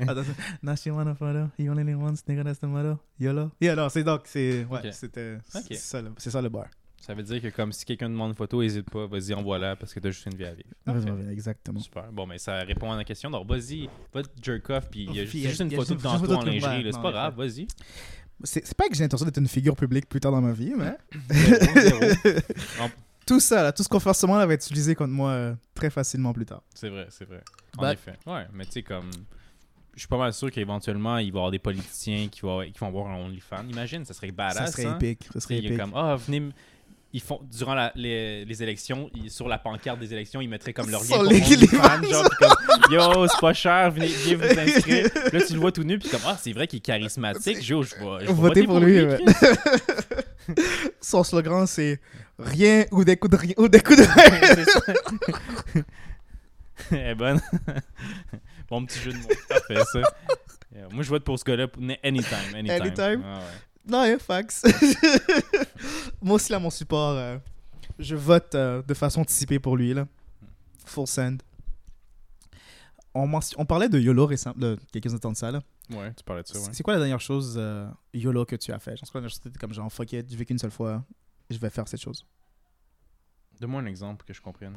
Speaker 1: Attends, Now she want a photo. You only need one nigga, that's the motto. YOLO. Yeah, non, c'est donc, c'est. Ouais,
Speaker 2: Ok.
Speaker 1: c'était. c'est
Speaker 2: Ok.
Speaker 1: ça le- C'est ça le bar.
Speaker 2: Ça veut dire que, comme si quelqu'un demande une photo, hésite pas, vas-y, envoie-la parce que t'as juste une vie à vivre. Parfait.
Speaker 1: Exactement.
Speaker 2: Super. Bon, mais ça répond à la question. Donc, vas-y, va te jerk off, puis il y a
Speaker 1: Puis,
Speaker 2: juste, juste
Speaker 1: Oh, il
Speaker 2: une
Speaker 1: y a
Speaker 2: photo de
Speaker 1: juste une
Speaker 2: tantôt
Speaker 1: photo
Speaker 2: en
Speaker 1: de nous,
Speaker 2: lingerie.
Speaker 1: ouais,
Speaker 2: là,
Speaker 1: non,
Speaker 2: C'est pas
Speaker 1: en
Speaker 2: grave, vas-y.
Speaker 1: C'est c'est pas que j'ai l'intention d'être une figure publique plus tard dans ma vie, mais.
Speaker 2: Zéro, zéro.
Speaker 1: tout ça, là, tout ce qu'on fait en ce moment, là, va être utilisé contre moi euh, très facilement plus tard.
Speaker 2: C'est vrai, c'est vrai. En
Speaker 1: Bah-
Speaker 2: effet. Ouais, mais tu sais, comme. Je suis pas mal sûr qu'éventuellement, il va y avoir des politiciens qui vont, qui vont avoir un OnlyFans. Imagine, ça serait badass.
Speaker 1: Ah, ça serait
Speaker 2: hein?
Speaker 1: épique. Ça
Speaker 2: Tu sais,
Speaker 1: serait
Speaker 2: il y a
Speaker 1: épique.
Speaker 2: comme, ah, venez. m- Ils font, durant la- les, les élections, ils- sur la pancarte des élections, ils mettraient comme leur lien
Speaker 1: Sur
Speaker 2: pour
Speaker 1: les- les
Speaker 2: OnlyFans,
Speaker 1: ventes.
Speaker 2: genre, puis comme, yo, c'est pas cher, venez, venez vous inscrire. Puis là, tu le vois tout nu, puis comme, ah, c'est vrai qu'il est charismatique, yo, je vais, je
Speaker 1: Votez
Speaker 2: vais voter
Speaker 1: pour lui, ouais.
Speaker 2: Chris.
Speaker 1: Son slogan, c'est rien ou des coups de rien ou des coups de rien.
Speaker 2: C'est ça. Elle est bonne. bon petit jeu de mots. Parfait, ça. Yeah, Moi, je vote pour ce gars-là pour- anytime. Anytime.
Speaker 1: Anytime.
Speaker 2: Ah ouais.
Speaker 1: Non, hein, fax. moi aussi, là, mon support, euh, je vote euh, de façon anticipée pour lui, là. Full send. On, mention- on parlait de YOLO récemment, de quelques instants de ça, là.
Speaker 2: ouais. tu parlais de ça, ouais.
Speaker 1: C'est quoi la dernière chose euh, YOLO que tu as fait? Je pense que la dernière chose, c'était comme genre, fuck it, je vis qu'une seule fois, je vais faire cette chose.
Speaker 2: Donne-moi un exemple pour que je comprenne.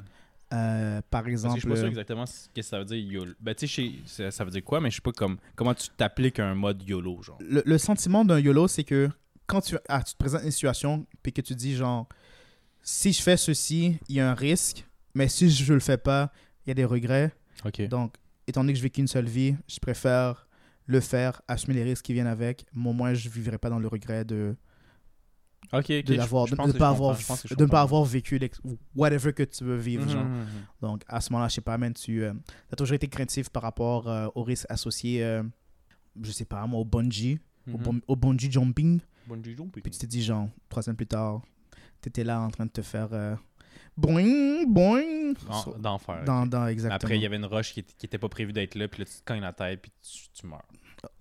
Speaker 1: Euh, par
Speaker 2: Parce que
Speaker 1: exemple.
Speaker 2: je suis pas sûr exactement ce que ça veut dire YOLO. Ben, tu sais, je sais- ça- ça veut dire quoi, mais je sais pas comme, comment tu t'appliques un mode YOLO, genre.
Speaker 1: le, le sentiment d'un YOLO, c'est que quand tu, ah, tu te présentes une situation, puis que tu dis genre, si je fais ceci, il y a un risque, mais si je le fais pas, il y a des regrets.
Speaker 2: Ok.
Speaker 1: Donc, étant donné que je vis qu'une seule vie, je préfère le faire, assumer les risques qui viennent avec. Moi, au moins, je vivrai pas dans le regret de
Speaker 2: Ok, ok,
Speaker 1: de
Speaker 2: je-
Speaker 1: l'avoir,
Speaker 2: je
Speaker 1: de
Speaker 2: pense
Speaker 1: ne
Speaker 2: que
Speaker 1: pas
Speaker 2: je
Speaker 1: avoir,
Speaker 2: comprends, je pense que je
Speaker 1: de ne pas
Speaker 2: comprends.
Speaker 1: avoir vécu l'ex- whatever que tu veux vivre.
Speaker 2: Mhm,
Speaker 1: genre.
Speaker 2: mhm, mhm.
Speaker 1: Donc, à ce moment-là, je sais pas, man, tu as toujours été craintif par rapport euh, aux risques associés, euh, je sais pas, moi, au bungee, au
Speaker 2: Mhm.
Speaker 1: bun- au bungee jumping.
Speaker 2: Bungee jumping.
Speaker 1: Puis tu t'es dit, genre, trois semaines plus tard, t'étais là en train de te faire. euh, boing, boing.
Speaker 2: En-
Speaker 1: So-
Speaker 2: D'enfer.
Speaker 1: dans, dans, exactement.
Speaker 2: Ah, Après, il y avait une roche qui, était- qui était pas prévue d'être là, puis là, tu te cognes la tête, puis tu, tu meurs.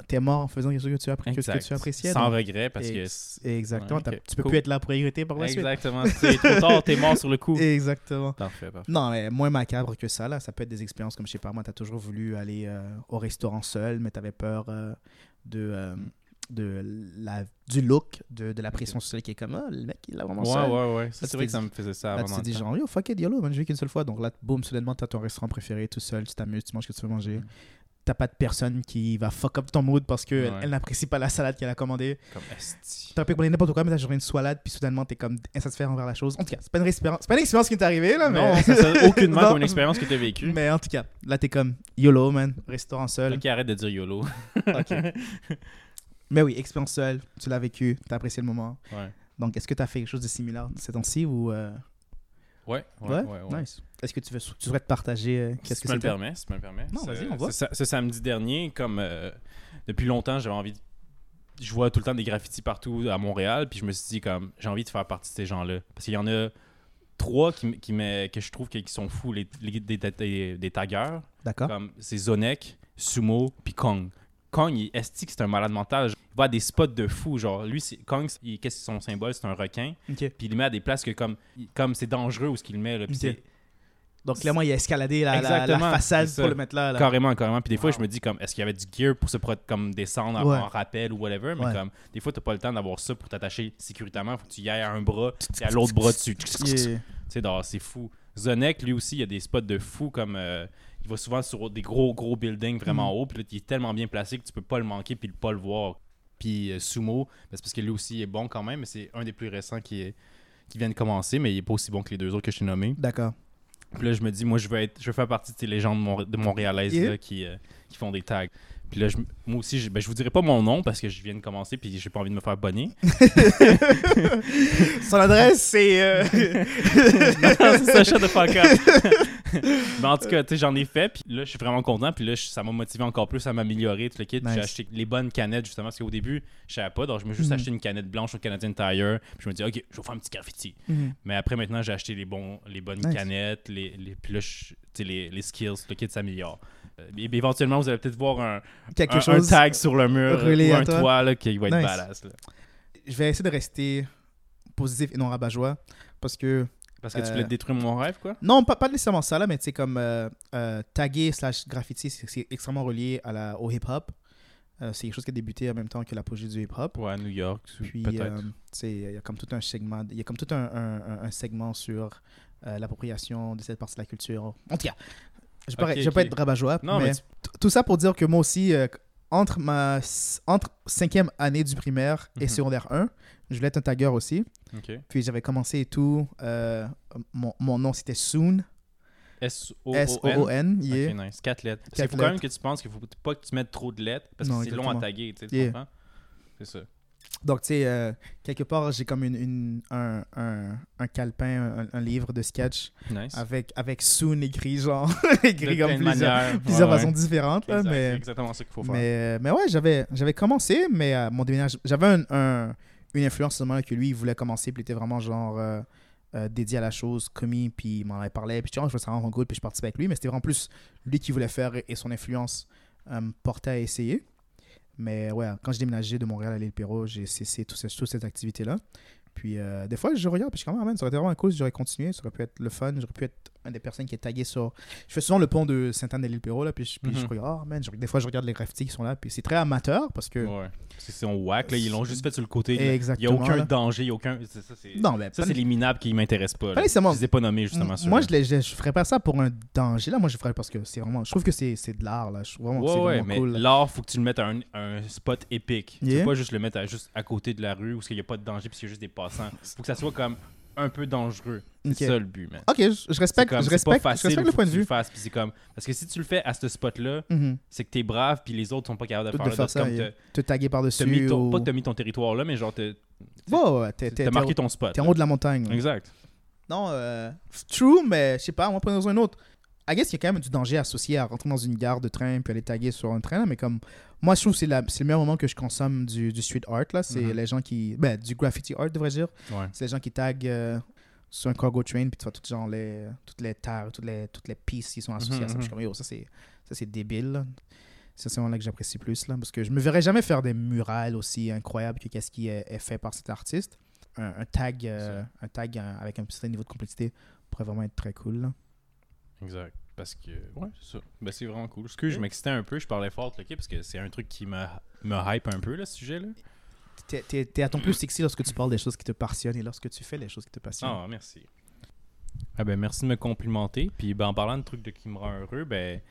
Speaker 1: T'es mort en faisant quelque chose que tu, appré- que,
Speaker 2: Exact.
Speaker 1: que tu appréciais.
Speaker 2: Sans
Speaker 1: donc-
Speaker 2: regret, parce que.
Speaker 1: Ex- Exactement.
Speaker 2: Ouais,
Speaker 1: t'as-
Speaker 2: ok.
Speaker 1: Tu peux
Speaker 2: Cool.
Speaker 1: plus être là pour regretter par la suite.
Speaker 2: Exactement. C'est trop tard, t'es mort sur le coup.
Speaker 1: Exactement.
Speaker 2: Parfait, parfait.
Speaker 1: Non, mais moins macabre que ça, là. Ça peut être des expériences comme, je sais pas, moi, t'as toujours voulu aller euh, au restaurant seul, mais t'avais peur euh, de, euh, de la, du look, de, de la pression sociale qui est comme, ah, le mec, il l'a vraiment
Speaker 2: Ouais,
Speaker 1: seul.
Speaker 2: ouais, ouais.
Speaker 1: Là,
Speaker 2: Ça,
Speaker 1: tu
Speaker 2: c'est vrai
Speaker 1: t'es
Speaker 2: que ça me faisait ça
Speaker 1: Là,
Speaker 2: avant.
Speaker 1: tu
Speaker 2: dans
Speaker 1: t'es
Speaker 2: le
Speaker 1: dit
Speaker 2: temps.
Speaker 1: genre, yo, fuck it, yolo, man, je vis qu'une seule fois. Donc là, boum, soudainement, t'as ton restaurant préféré tout seul, tu t'amuses, tu manges ce que tu veux
Speaker 2: Mm.
Speaker 1: manger. T'as pas de personne qui va fuck up ton mood parce qu'elle
Speaker 2: Ouais.
Speaker 1: elle, n'apprécie pas la salade qu'elle a commandée.
Speaker 2: Comme esti.
Speaker 1: T'as pu commander n'importe quoi, mais t'as genre une salade, puis soudainement, t'es comme insatisfait envers la chose. En tout cas, c'est pas une expérience, c'est pas une expérience qui t'est arrivée, là, mais.
Speaker 2: Non, ça sonne aucunement
Speaker 1: Non.
Speaker 2: comme une expérience que t'as vécue.
Speaker 1: Mais en tout cas, là, t'es comme YOLO, man, restaurant seul.
Speaker 2: Ok, arrête de dire YOLO.
Speaker 1: Ok. Mais oui, expérience seule, tu l'as vécu, t'as apprécié le moment.
Speaker 2: Ouais.
Speaker 1: Donc, est-ce que t'as fait quelque chose de similaire ces temps-ci ou. euh,
Speaker 2: Ouais, ouais, ouais. ouais.
Speaker 1: Nice. Est-ce que tu, veux, tu souhaites partager euh, qu'est-ce
Speaker 2: si
Speaker 1: que
Speaker 2: tu me le
Speaker 1: c'était
Speaker 2: permets, si tu me le permets.
Speaker 1: Non,
Speaker 2: Ce-
Speaker 1: vas-y, on va.
Speaker 2: Ce, ce samedi dernier, comme euh, depuis longtemps, j'avais envie de... Je vois tout le temps des graffitis partout à Montréal, puis je me suis dit, comme, j'ai envie de faire partie de ces gens-là. Parce qu'il y en a trois qui, m- qui me- que je trouve que- qui sont fous, les, les- des, des, des- des taggeurs.
Speaker 1: D'accord.
Speaker 2: Comme, c'est Zonek, Sumo, puis Kong. Kong, il est que c'est un malade mental. Il va à des spots de fou. Genre, lui, c'est- Kong, c'est- il- qu'est-ce que son symbole C'est un requin.
Speaker 1: Ok.
Speaker 2: Puis il le met à des places que, comme, il- comme c'est dangereux où ce qu'il le met. Là, puis
Speaker 1: Ok.
Speaker 2: c'est-
Speaker 1: Donc, clairement, il a escaladé la, la- la
Speaker 2: Exactement,
Speaker 1: façade
Speaker 2: c'est ça.
Speaker 1: pour le mettre là. là.
Speaker 2: Carrément, carrément. Puis des fois,
Speaker 1: Wow.
Speaker 2: je me dis comme, est-ce qu'il y avait du gear pour se pro- comme descendre en-
Speaker 1: Ouais.
Speaker 2: en rappel ou whatever, mais
Speaker 1: Ouais.
Speaker 2: comme des fois, t'as pas le temps d'avoir ça pour t'attacher sécuritairement. Faut que tu y ailles à un bras et à l'autre bras dessus. Tu
Speaker 1: Yeah.
Speaker 2: sais, dehors, c'est fou. Zonek, lui aussi, il y a des spots de fou comme. euh, il va souvent sur des gros, gros buildings
Speaker 1: Mm.
Speaker 2: vraiment haut. Puis là, il est tellement bien placé que tu peux pas le manquer puis le pas le voir. Puis euh, Sumo, ben, c'est parce que lui aussi il est bon quand même, mais c'est un des plus récents qui, est, qui vient de commencer, mais il est pas aussi bon que les deux autres que je t'ai nommés.
Speaker 1: D'accord.
Speaker 2: Puis là, je me dis, moi, je veux, être, je veux faire partie de ces légendes Mont- de montréalaises
Speaker 1: Yeah.
Speaker 2: là, qui, euh, qui font des tags. Puis là, je- moi aussi, je, ben, je vous dirai pas mon nom parce que je viens de commencer puis j'ai pas envie de me faire bonner.
Speaker 1: Son adresse, c'est. euh,
Speaker 2: non, c'est ça, shut the fuck up. Mais en tout cas, tu sais, j'en ai fait. Puis là, je suis vraiment content. Puis là, je- ça m'a motivé encore plus à m'améliorer, tout le kit.
Speaker 1: Nice.
Speaker 2: J'ai acheté les bonnes canettes, justement, parce qu'au début, je savais pas. Donc, je me suis juste
Speaker 1: Mhm.
Speaker 2: acheté une canette blanche au Canadian Tire. Puis je me dis, OK, je vais faire un petit graffiti.
Speaker 1: Mhm.
Speaker 2: Mais après, maintenant, j'ai acheté les, bons, les bonnes
Speaker 1: Nice.
Speaker 2: canettes, les, les, puis là, je- tu sais, les, les skills, le kit s'améliore. Euh, é- éventuellement, vous allez peut-être voir un,
Speaker 1: Quelque
Speaker 2: un- un
Speaker 1: chose.
Speaker 2: tag sur le mur
Speaker 1: relié
Speaker 2: ou
Speaker 1: à
Speaker 2: un
Speaker 1: toi.
Speaker 2: toit là, qui va être
Speaker 1: Nice.
Speaker 2: badass. là.
Speaker 1: Je vais essayer de rester positif et non rabat-joie parce que
Speaker 2: Parce que tu
Speaker 1: Euh,
Speaker 2: voulais détruire mon rêve, quoi.
Speaker 1: Non, pas, pas nécessairement ça, là, mais tu sais, comme euh, euh, taguer slash graffiti, c'est c'est extrêmement relié à la, au hip-hop. Euh, c'est quelque chose qui a débuté en même temps que l'apogée du hip-hop.
Speaker 2: Ouais, à New York,
Speaker 1: Puis,
Speaker 2: peut-être.
Speaker 1: euh, tu sais, il y a comme tout un segment, il y a comme tout un, un- un- un segment sur euh, l'appropriation de cette partie de la culture. En tout cas, je ne
Speaker 2: Ok,
Speaker 1: vais pas
Speaker 2: ok.
Speaker 1: être rabat-joie,
Speaker 2: non,
Speaker 1: mais,
Speaker 2: mais,
Speaker 1: t- tout ça pour dire que moi aussi, euh, entre ma s- entre cinquième année du primaire et
Speaker 2: Mhm.
Speaker 1: secondaire 1, je voulais être un tagueur aussi.
Speaker 2: tu- ok.
Speaker 1: Puis j'avais commencé et tout. euh, mon, mon nom, c'était Soon.
Speaker 2: S-O-O-N.
Speaker 1: S-O-O-N, yeah.
Speaker 2: Ok, nice. Quatre lettres. Parce qu'il
Speaker 1: Quatre
Speaker 2: faut quand même
Speaker 1: lettres.
Speaker 2: que tu penses qu'il faut pas que tu mettes trop de lettres parce
Speaker 1: Non,
Speaker 2: que c'est long à
Speaker 1: exactement.
Speaker 2: taguer, tu sais, tu
Speaker 1: Yeah.
Speaker 2: comprends? C'est ça.
Speaker 1: Donc, tu sais, euh, quelque part, j'ai comme une, une- un, un, un calepin, un, un livre de sketch
Speaker 2: Nice.
Speaker 1: avec, avec Soon écrit, genre,
Speaker 2: De
Speaker 1: écrit comme
Speaker 2: plein de
Speaker 1: plusieurs,
Speaker 2: manières.
Speaker 1: plusieurs
Speaker 2: Ouais, ouais.
Speaker 1: façons différentes. là,
Speaker 2: Exact, C'est
Speaker 1: mais,
Speaker 2: exactement ça qu'il faut faire.
Speaker 1: mais, euh, mais ouais, j'avais, j'avais commencé, mais à mon déménage, j'avais un, un- une influence seulement que lui, il voulait commencer, puis il était vraiment genre. euh, euh, dédié à la chose, commis, puis il m'en avait parlé, puis tu vois, je voulais savoir en good, puis je participais avec lui, mais c'était vraiment plus lui qui voulait faire et son influence euh, me portait à essayer. Mais ouais, quand j'ai déménagé de Montréal à l'île Perrault, j'ai cessé tout ce- toute cette activité-là. Puis euh, des fois, je regarde, puis je suis comme, ah man, ça aurait été vraiment cool si j'aurais continué, ça aurait pu être le fun, j'aurais pu être une des personnes qui est taguée sur. Je fais souvent le pont de Sainte-Anne de l'île Perrault, là, puis je, puis je
Speaker 2: Mhm.
Speaker 1: regarde, oh man, je- des fois, je regarde les graffitis qui sont là, puis c'est très amateur parce que.
Speaker 2: Ouais. Parce que C'est son whack, là, ils l'ont juste fait sur le côté. là. Il n'y a
Speaker 1: Exactement.
Speaker 2: aucun
Speaker 1: là.
Speaker 2: danger, il y a aucun. c'est- Ça, c'est
Speaker 1: Non, mais
Speaker 2: ça,
Speaker 1: pas
Speaker 2: c'est les minables qui ne m'intéressent pas. là.
Speaker 1: Pas nécessairement-
Speaker 2: Je les ai pas nommés, justement.
Speaker 1: M- Moi, je, les- je, je ferais pas ça pour un danger. Là, moi, je ferais parce que c'est vraiment. Je trouve que c'est c'est de l'art, là. Je, trouve vraiment,
Speaker 2: Ouais,
Speaker 1: c'est
Speaker 2: ouais,
Speaker 1: vraiment
Speaker 2: mais
Speaker 1: cool. là.
Speaker 2: l'art, faut que tu le mettes à un, un spot épique. Tu
Speaker 1: Yeah.
Speaker 2: peux pas juste le mettre à, juste à côté de la rue où il n'y a pas de danger puis qu'il y a juste des passants. faut que ça soit comme un peu dangereux. C'est
Speaker 1: Ok.
Speaker 2: ça le but, man.
Speaker 1: Ok, je, je
Speaker 2: C'est
Speaker 1: respecte,
Speaker 2: comme-
Speaker 1: je
Speaker 2: c'est
Speaker 1: respecte,
Speaker 2: pas
Speaker 1: je
Speaker 2: facile,
Speaker 1: respecte
Speaker 2: faut
Speaker 1: le point
Speaker 2: que
Speaker 1: de
Speaker 2: tu le
Speaker 1: vue.
Speaker 2: fasses, puis c'est comme... Parce que si tu le fais à ce spot-là,
Speaker 1: Mhm.
Speaker 2: c'est que t'es brave, puis les autres sont pas capables de
Speaker 1: Tout
Speaker 2: faire
Speaker 1: de faire
Speaker 2: là. C'est
Speaker 1: ça,
Speaker 2: comme
Speaker 1: yeah.
Speaker 2: t'as-
Speaker 1: te taguer
Speaker 2: t'as mis
Speaker 1: par-dessus.
Speaker 2: ton-
Speaker 1: ou...
Speaker 2: Pas que t'as mis ton territoire là, mais genre t'as
Speaker 1: Ouais, ouais, t'es- t'es-
Speaker 2: t'as
Speaker 1: t'es
Speaker 2: marqué
Speaker 1: au-
Speaker 2: ton spot.
Speaker 1: t'es en haut de la montagne. là.
Speaker 2: Exact.
Speaker 1: Non, euh, true, mais je sais pas, on va prendre un autre. I guess qu'il y a quand même du danger associé à rentrer dans une gare de train puis aller taguer sur un train, là, mais comme moi je trouve que c'est la- c'est le meilleur moment que je consomme du, du street art, là, c'est
Speaker 2: Mhm.
Speaker 1: les gens qui... Ben, du graffiti art, devrais-je dire.
Speaker 2: Ouais.
Speaker 1: C'est les gens qui taguent euh, sur un cargo train, puis tu vois toutes, genre les, toutes les terres, toutes les, toutes les pistes qui sont associées à ça. Puis Je
Speaker 2: Mhm,
Speaker 1: suis comme, yo, ça c'est, ça, c'est débile. là. Ça, c'est vraiment là que j'apprécie plus, là, parce que je me verrais jamais faire des murales aussi incroyables que qu'est-ce qui est, est fait par cet artiste. Un, un tag, euh, un tag euh, avec un certain niveau de complexité pourrait vraiment être très cool. là.
Speaker 2: Exact. Parce que, ouais, c'est ça. Ben, c'est vraiment cool. Excuse, je m'excitais un peu, je parlais fort, ok, parce que c'est un truc qui me, me hype un peu, là, ce sujet-là.
Speaker 1: T'es, t'es- t'es à ton plus sexy lorsque tu parles des choses qui te passionnent et lorsque tu fais les choses qui te passionnent.
Speaker 2: Ah, merci. Ah ben, merci de me complimenter. Puis, ben, en parlant de trucs de qui me rend heureux, ben,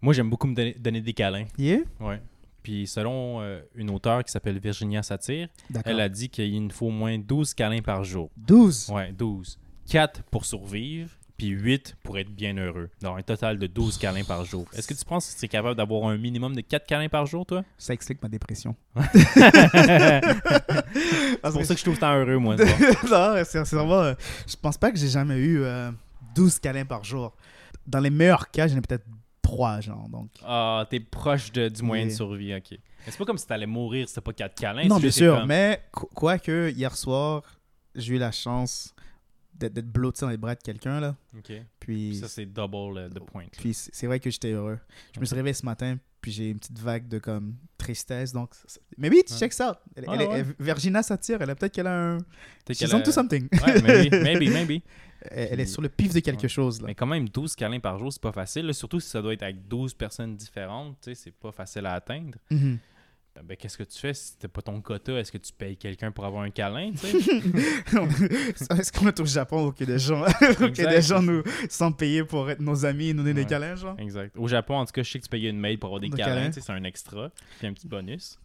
Speaker 2: moi, j'aime beaucoup me donner, donner des câlins.
Speaker 1: Yeah?
Speaker 2: Ouais. Puis, selon euh, une auteure qui s'appelle Virginia Satir,
Speaker 1: D'accord.
Speaker 2: elle a dit qu'il nous faut au moins 12 câlins par jour.
Speaker 1: 12.
Speaker 2: Ouais, 12. 4 pour survivre, puis 8 pour être bien heureux. Donc, un total de 12 câlins par jour. Est-ce que tu penses que tu serais capable d'avoir un minimum de 4 câlins par jour, toi?
Speaker 1: Ça explique ma dépression.
Speaker 2: C'est pour ça que je trouve tant heureux, moi. ce soir.
Speaker 1: non, c'est c'est vraiment. euh, je pense pas que j'ai jamais eu euh, 12 câlins par jour. Dans les meilleurs cas, j'en ai peut-être 3, genre. Donc.
Speaker 2: Ah, t'es proche de- du moyen
Speaker 1: Oui.
Speaker 2: de survie, ok. Mais C'est pas comme si t'allais mourir, c'était pas 4 câlins.
Speaker 1: non,
Speaker 2: c'est
Speaker 1: bien
Speaker 2: juste
Speaker 1: sûr.
Speaker 2: comme-
Speaker 1: Mais qu- quoique, hier soir, j'ai eu la chance d'être d'être blotti dans les bras de quelqu'un, là.
Speaker 2: Ok. Puis
Speaker 1: Puis,
Speaker 2: Ça, c'est double euh, the point. là.
Speaker 1: puis c'est c'est vrai que j'étais heureux. Je me suis
Speaker 2: Ok.
Speaker 1: réveillé ce matin, puis j'ai une petite vague de comme tristesse. Donc, c'est- c'est- mais oui,
Speaker 2: Ouais.
Speaker 1: check ça. Elle,
Speaker 2: Ouais,
Speaker 1: elle est-
Speaker 2: ouais.
Speaker 1: elle- Virginia s'attire. Elle a peut-être qu'elle a un.
Speaker 2: T'es
Speaker 1: She's
Speaker 2: qu'elle a-
Speaker 1: onto something.
Speaker 2: Ouais, maybe, maybe, maybe.
Speaker 1: elle, elle est sur le pif de quelque
Speaker 2: Ouais.
Speaker 1: chose, là.
Speaker 2: Mais quand même, 12 câlins par jour, c'est pas facile. là. Surtout si ça doit être avec 12 personnes différentes, tu sais, c'est pas facile à atteindre.
Speaker 1: Mhm.
Speaker 2: Ben, qu'est-ce que tu fais si t'as pas ton quota? Est-ce que tu payes quelqu'un pour avoir un câlin, tu sais?
Speaker 1: Est-ce qu'on est au Japon ou que des gens, ou que des
Speaker 2: Exact.
Speaker 1: gens nous sont payés pour être nos amis et nous donner des
Speaker 2: Ouais.
Speaker 1: câlins, genre
Speaker 2: Exact. Au Japon, en tout cas, je sais que tu payais une maid pour avoir des
Speaker 1: Des
Speaker 2: câlins,
Speaker 1: câlins.
Speaker 2: tu sais, c'est un extra. Puis un petit bonus.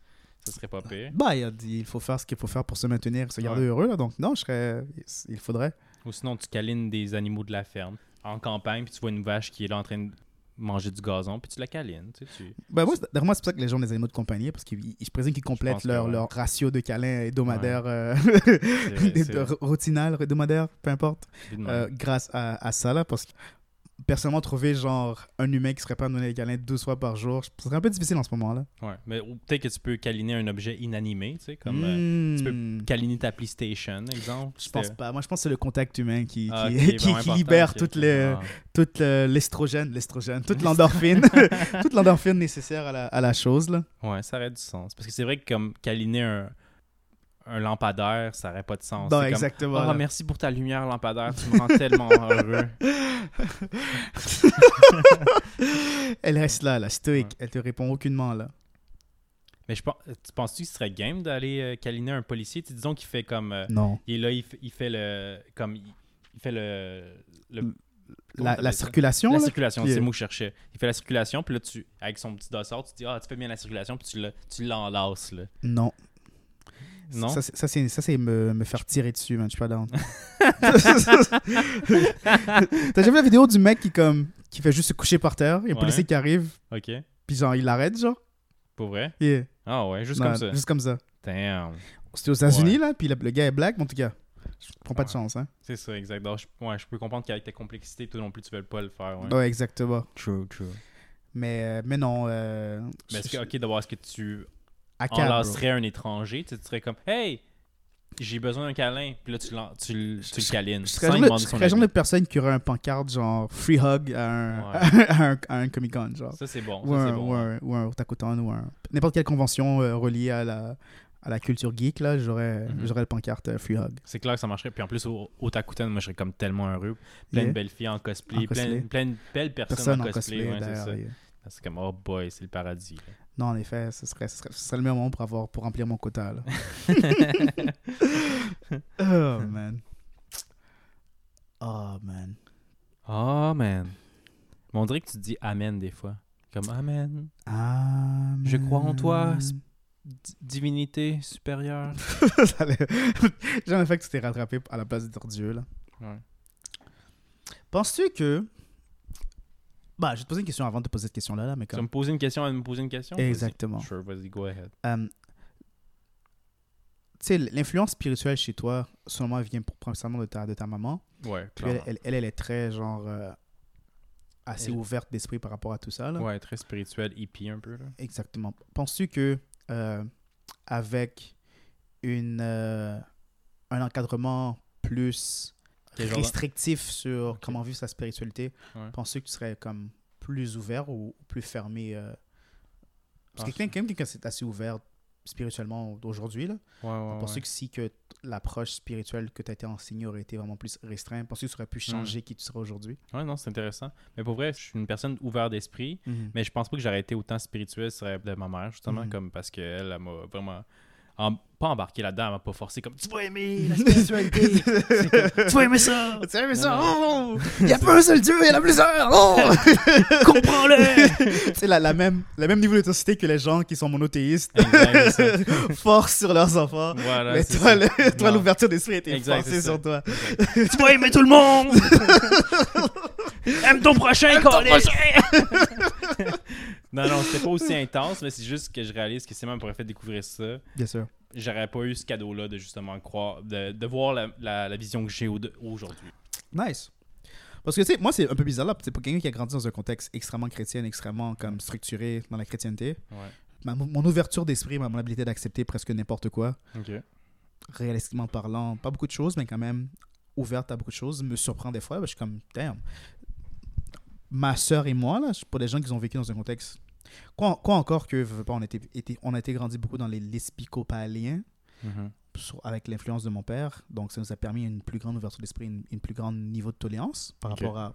Speaker 2: Ça serait pas pire.
Speaker 1: Bah, il a dit, il faut faire ce qu'il faut faire pour se maintenir, se garder
Speaker 2: Ouais.
Speaker 1: heureux, là. Donc, non, je serais. Il faudrait.
Speaker 2: Ou sinon, tu câlines des animaux de la ferme en campagne, puis tu vois une vache qui est là en train de manger du gazon, puis tu la câlines. Tu sais, tu-
Speaker 1: Bah, moi, c'est- d'ailleurs, moi, c'est pour ça que les gens ont des animaux de compagnie, parce qu'ils ils- je présume qu'ils complètent
Speaker 2: que
Speaker 1: leur,
Speaker 2: ouais.
Speaker 1: leur ratio de câlins hebdomadaires, euh,
Speaker 2: C'est vrai,
Speaker 1: des-
Speaker 2: c'est
Speaker 1: de-
Speaker 2: vrai.
Speaker 1: routinales, hebdomadaires, peu importe,
Speaker 2: Vite de
Speaker 1: euh,
Speaker 2: même.
Speaker 1: grâce à, à ça, là. Parce que, personnellement, trouver, genre, un humain qui serait pas donné des câlins 12 fois par jour, ce serait un peu difficile en ce moment, là.
Speaker 2: Ouais. Mais ou peut-être que tu peux câliner un objet inanimé, tu sais, comme euh, tu peux
Speaker 1: Hmm.
Speaker 2: câliner ta PlayStation, exemple.
Speaker 1: Je pense pas. Moi, je pense que c'est le contact humain qui, qui,
Speaker 2: Ah,
Speaker 1: qui-
Speaker 2: ok, vraiment
Speaker 1: qui
Speaker 2: important,
Speaker 1: libère
Speaker 2: ok,
Speaker 1: toute
Speaker 2: ok.
Speaker 1: les-
Speaker 2: Ah.
Speaker 1: toute le- l'estrogène, l'estrogène, toute l'endorphine, toute l'endorphine nécessaire à la, à la chose. Là.
Speaker 2: Ah. Ouais, ça aurait du sens. Parce que c'est vrai que comme câliner un, un lampadaire, ça aurait pas de sens.
Speaker 1: Non,
Speaker 2: C'est comme,
Speaker 1: exactement.
Speaker 2: Ah,
Speaker 1: là.
Speaker 2: merci pour ta lumière lampadaire, tu me rends tellement heureux.
Speaker 1: Elle reste là, la stoïque. Elle te répond aucunement là.
Speaker 2: Mais je pense, tu penses-tu que ce serait game d'aller euh, câliner un policier? Tu sais, disons qu'il fait comme euh,
Speaker 1: Non.
Speaker 2: Il est là, il fait, il fait le. Comme. Il, il fait le.
Speaker 1: La-
Speaker 2: le- comment
Speaker 1: La,
Speaker 2: t'appelles
Speaker 1: la
Speaker 2: ça?
Speaker 1: circulation.
Speaker 2: La
Speaker 1: là?
Speaker 2: circulation,
Speaker 1: Puis,
Speaker 2: c'est le
Speaker 1: euh,
Speaker 2: mot que je cherchais. Il fait la circulation, puis là, tu, avec son petit dossard, tu dis Ah, tu fais bien la circulation, puis tu le- tu l'enlaces, là.
Speaker 1: Non.
Speaker 2: Non
Speaker 1: Ça, c'est- ça, c'est ça, c'est me, me faire tirer dessus, man. Je suis pas down. T'as jamais vu la vidéo du mec qui, comme, qui fait juste se coucher par terre. Il y a un
Speaker 2: Ouais.
Speaker 1: policier qui arrive,
Speaker 2: Ok.
Speaker 1: puis genre, il l'arrête, genre.
Speaker 2: Pour vrai
Speaker 1: Yeah.
Speaker 2: Ah, ouais, juste
Speaker 1: Non,
Speaker 2: comme ça.
Speaker 1: Juste comme ça.
Speaker 2: Damn.
Speaker 1: C'était aux États-Unis,
Speaker 2: Ouais.
Speaker 1: là, puis le, le gars est black, mais en tout cas, je prends pas de
Speaker 2: Ouais.
Speaker 1: chance, hein.
Speaker 2: C'est ça, exact. Donc, je, ouais, je peux comprendre qu'avec ta complexité, toi non plus, tu veux pas le faire. Ouais.
Speaker 1: Ouais, exactement.
Speaker 2: True, true.
Speaker 1: Mais, euh, mais non, euh,
Speaker 2: Mais
Speaker 1: je-
Speaker 2: est-ce que, ok, d'avoir est-ce que tu
Speaker 1: à quatre, bro.
Speaker 2: enlacerais un étranger, tu sais, tu serais comme Hey, j'ai besoin d'un câlin, puis là, tu, l'en- tu, le- tu le câlines.
Speaker 1: Je
Speaker 2: sans
Speaker 1: serais
Speaker 2: lui
Speaker 1: genre le-
Speaker 2: demander
Speaker 1: je
Speaker 2: son
Speaker 1: serais genre
Speaker 2: avis.
Speaker 1: de personne qui aurait un pancarte genre free hug à un, à un, Comic Con, genre.
Speaker 2: Ça, c'est bon.
Speaker 1: Ou
Speaker 2: ça,
Speaker 1: un,
Speaker 2: c'est bon. hein.
Speaker 1: ou un, ou un Otakuton, ou un. N'importe quelle convention euh, reliée à la, à la culture geek, là, j'aurais
Speaker 2: Mhm.
Speaker 1: j'aurais le pancarte euh, free hug.
Speaker 2: C'est clair que ça marcherait. Puis en plus, au, au Takutan, moi, je serais comme tellement heureux. Plein
Speaker 1: Yeah.
Speaker 2: de belles filles en cosplay,
Speaker 1: En cosplay.
Speaker 2: Plein, plein de belles personnes
Speaker 1: Personne
Speaker 2: en
Speaker 1: en ben
Speaker 2: cosplay. ouais, c'est
Speaker 1: d'ailleurs.
Speaker 2: ça.
Speaker 1: yeah.
Speaker 2: C'est comme, oh boy, c'est le paradis. là.
Speaker 1: Non, en effet, ce serait, ce serait, ce serait le meilleur moment pour, avoir, pour remplir mon quota. là. oh, man. Oh, man.
Speaker 2: Oh man. Mais on dirait que tu dis Amen des fois. Comme Amen.
Speaker 1: Ah,
Speaker 2: Je crois en toi,
Speaker 1: man.
Speaker 2: sp- di- divinité supérieure.
Speaker 1: Ça allait- J'aime le fait que tu t'es rattrapé à la place de ton Dieu. Là.
Speaker 2: Ouais.
Speaker 1: Penses-tu que. Bah, je vais te poser une question avant de te poser cette question-là, là, mais
Speaker 2: Tu vas
Speaker 1: comme.
Speaker 2: me poser une question, elle me poser une question? Vas-y.
Speaker 1: Exactement.
Speaker 2: Sure, vas-y, go ahead.
Speaker 1: Euh, tu sais, l'influence spirituelle chez toi, seulement, elle vient pour- principalement de ta, de ta maman.
Speaker 2: Ouais,
Speaker 1: Puis elle,
Speaker 2: clairement.
Speaker 1: elle, elle, elle est très, genre, euh, assez
Speaker 2: Elle-
Speaker 1: ouverte d'esprit par rapport à tout ça. Là.
Speaker 2: Ouais, très spirituel, hippie un peu. Là.
Speaker 1: Exactement. Penses-tu que euh, avec une, euh, un encadrement plus
Speaker 2: Quel genre de-
Speaker 1: restrictif sur comment vivre sa spiritualité,
Speaker 2: Ouais.
Speaker 1: pensez que tu serais comme plus ouvert ou plus fermé euh, Parce
Speaker 2: Ah,
Speaker 1: que quelqu'un, quand même, quelqu'un qui est assez ouvert spirituellement aujourd'hui, là,
Speaker 2: Ouais, ouais,
Speaker 1: pensez
Speaker 2: ouais.
Speaker 1: que si que t- l'approche spirituelle que tu as été enseignée aurait été vraiment plus restreinte, pensez que tu aurais
Speaker 2: Hmm.
Speaker 1: pu changer qui tu serais aujourd'hui
Speaker 2: Ouais, non, c'est intéressant. Mais pour vrai, je suis une personne ouverte d'esprit, mais je pense pas que j'aurais été autant spirituel sur la- de ma mère, justement,
Speaker 1: Mhm.
Speaker 2: comme parce qu'elle, elle m'a vraiment. en- Pas embarqué là-dedans, elle m'a pas forcé comme tu vas aimer la spiritualité, C'est comme, tu vas aimer ça,
Speaker 1: Tu sais, mais
Speaker 2: ça,
Speaker 1: ça, Oh, il n'y a pas un seul Dieu, il y en a plusieurs.
Speaker 2: comprends-le!
Speaker 1: oh. C'est la, la même, le même niveau d'intensité que les gens qui sont monothéistes
Speaker 2: Exact, c'est hein, ça.
Speaker 1: forcent sur leurs enfants.
Speaker 2: Voilà,
Speaker 1: mais
Speaker 2: c'est
Speaker 1: toi,
Speaker 2: ça.
Speaker 1: le- toi,
Speaker 2: Non.
Speaker 1: l'ouverture d'esprit était
Speaker 2: Exact,
Speaker 1: forcée
Speaker 2: c'est ça.
Speaker 1: sur toi.
Speaker 2: tu vas aimer tout le monde! Aime ton prochain, collègue! non, non, c'était pas aussi intense, mais c'est juste que je réalise que si elle m'aurait fait découvrir ça,
Speaker 1: Bien sûr.
Speaker 2: j'aurais pas eu ce cadeau-là de justement croire, de, de voir la, la- la vision que j'ai au- aujourd'hui.
Speaker 1: Nice. Parce que, tu sais, moi, c'est un peu bizarre là. C'est pour quelqu'un qui a grandi dans un contexte extrêmement chrétien, extrêmement comme structuré dans la chrétienté.
Speaker 2: Ouais.
Speaker 1: Ma- mon ouverture d'esprit, ma- mon habilité d'accepter presque n'importe quoi,
Speaker 2: Ok.
Speaker 1: réalistiquement parlant, pas beaucoup de choses, mais quand même ouverte à beaucoup de choses, me surprend des fois. parce que Je suis comme, damn. Ma sœur et moi, là, je- pour les gens qui ont vécu dans un contexte. Quoi, quoi encore que, veux, veux pas, on, était, été- on a été grandi beaucoup dans les lesbicopaliens
Speaker 2: Mm-hmm.
Speaker 1: sur- avec l'influence de mon père. Donc, ça nous a permis une plus grande ouverture d'esprit, une, une plus grande niveau de tolérance par
Speaker 2: Ok.
Speaker 1: rapport à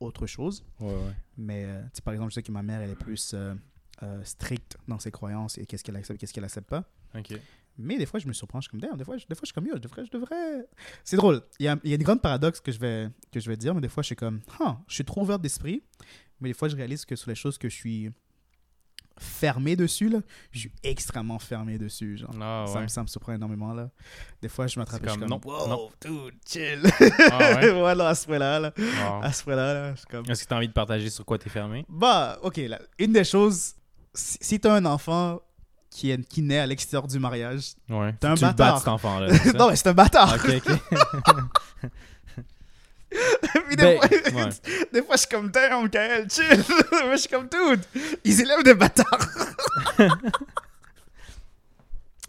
Speaker 1: autre chose.
Speaker 2: Ouais, ouais.
Speaker 1: Mais, euh, tu sais, par exemple, je sais que ma mère, elle est plus euh, euh, stricte dans ses croyances et qu'est-ce qu'elle accepte, qu'est-ce qu'elle accepte pas.
Speaker 2: Ok.
Speaker 1: Mais des fois, je me surprends, je suis comme, Damn, des fois, je, des fois, je suis comme, yo, je devrais, je devrais. C'est drôle. Il y a, il y a une grande paradoxe que je vais, que je vais dire, mais des fois, je suis comme, Huh, je suis trop ouvert d'esprit. Mais des fois, je réalise que sur les choses que je suis fermé dessus, là, je suis extrêmement fermé dessus. Genre.
Speaker 2: Ah,
Speaker 1: Ça, me, ça me surprend énormément, là. Des fois, je m'attrape et je suis
Speaker 2: comme,
Speaker 1: comme...
Speaker 2: non,
Speaker 1: Wow,
Speaker 2: non.
Speaker 1: dude, chill.
Speaker 2: Ah, ouais.
Speaker 1: voilà, à ce point-là, là.
Speaker 2: Ah.
Speaker 1: À ce point-là, là, je suis comme...
Speaker 2: Est-ce que t'as envie de partager sur quoi t'es fermé?
Speaker 1: Bah, OK, là, une des choses... Si, si t'as un enfant qui, est, qui naît à l'extérieur du mariage...
Speaker 2: Ouais.
Speaker 1: T'es un
Speaker 2: tu le
Speaker 1: bâtard.
Speaker 2: battes, cet enfant-là. c'est ça?
Speaker 1: non, mais c'est un bâtard!
Speaker 2: Ok, ok.
Speaker 1: Puis des,
Speaker 2: Ben,
Speaker 1: fois,
Speaker 2: ouais.
Speaker 1: des fois, je suis comme... Damn, Kael, chill! Moi, je suis comme... Dude, ils élèvent des bâtards!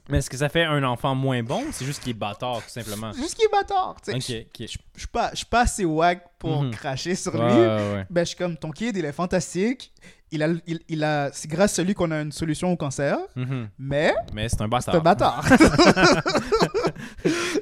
Speaker 2: Mais est-ce que ça fait un enfant moins bon? C'est juste qu'il est bâtard, tout simplement.
Speaker 1: Juste qu'ils est bâtard, tu sais.
Speaker 2: Ok, ok.
Speaker 1: Je- Je suis pas, je suis pas assez wack pour
Speaker 2: Mhm.
Speaker 1: cracher sur
Speaker 2: Ouais,
Speaker 1: lui,
Speaker 2: ouais, ouais.
Speaker 1: ben, je suis comme ton kid, il est fantastique. Il a, il, il a, c'est grâce à lui qu'on a une solution au cancer,
Speaker 2: Mhm.
Speaker 1: mais
Speaker 2: Mais c'est un
Speaker 1: c'est un
Speaker 2: bâtard.
Speaker 1: bâtard.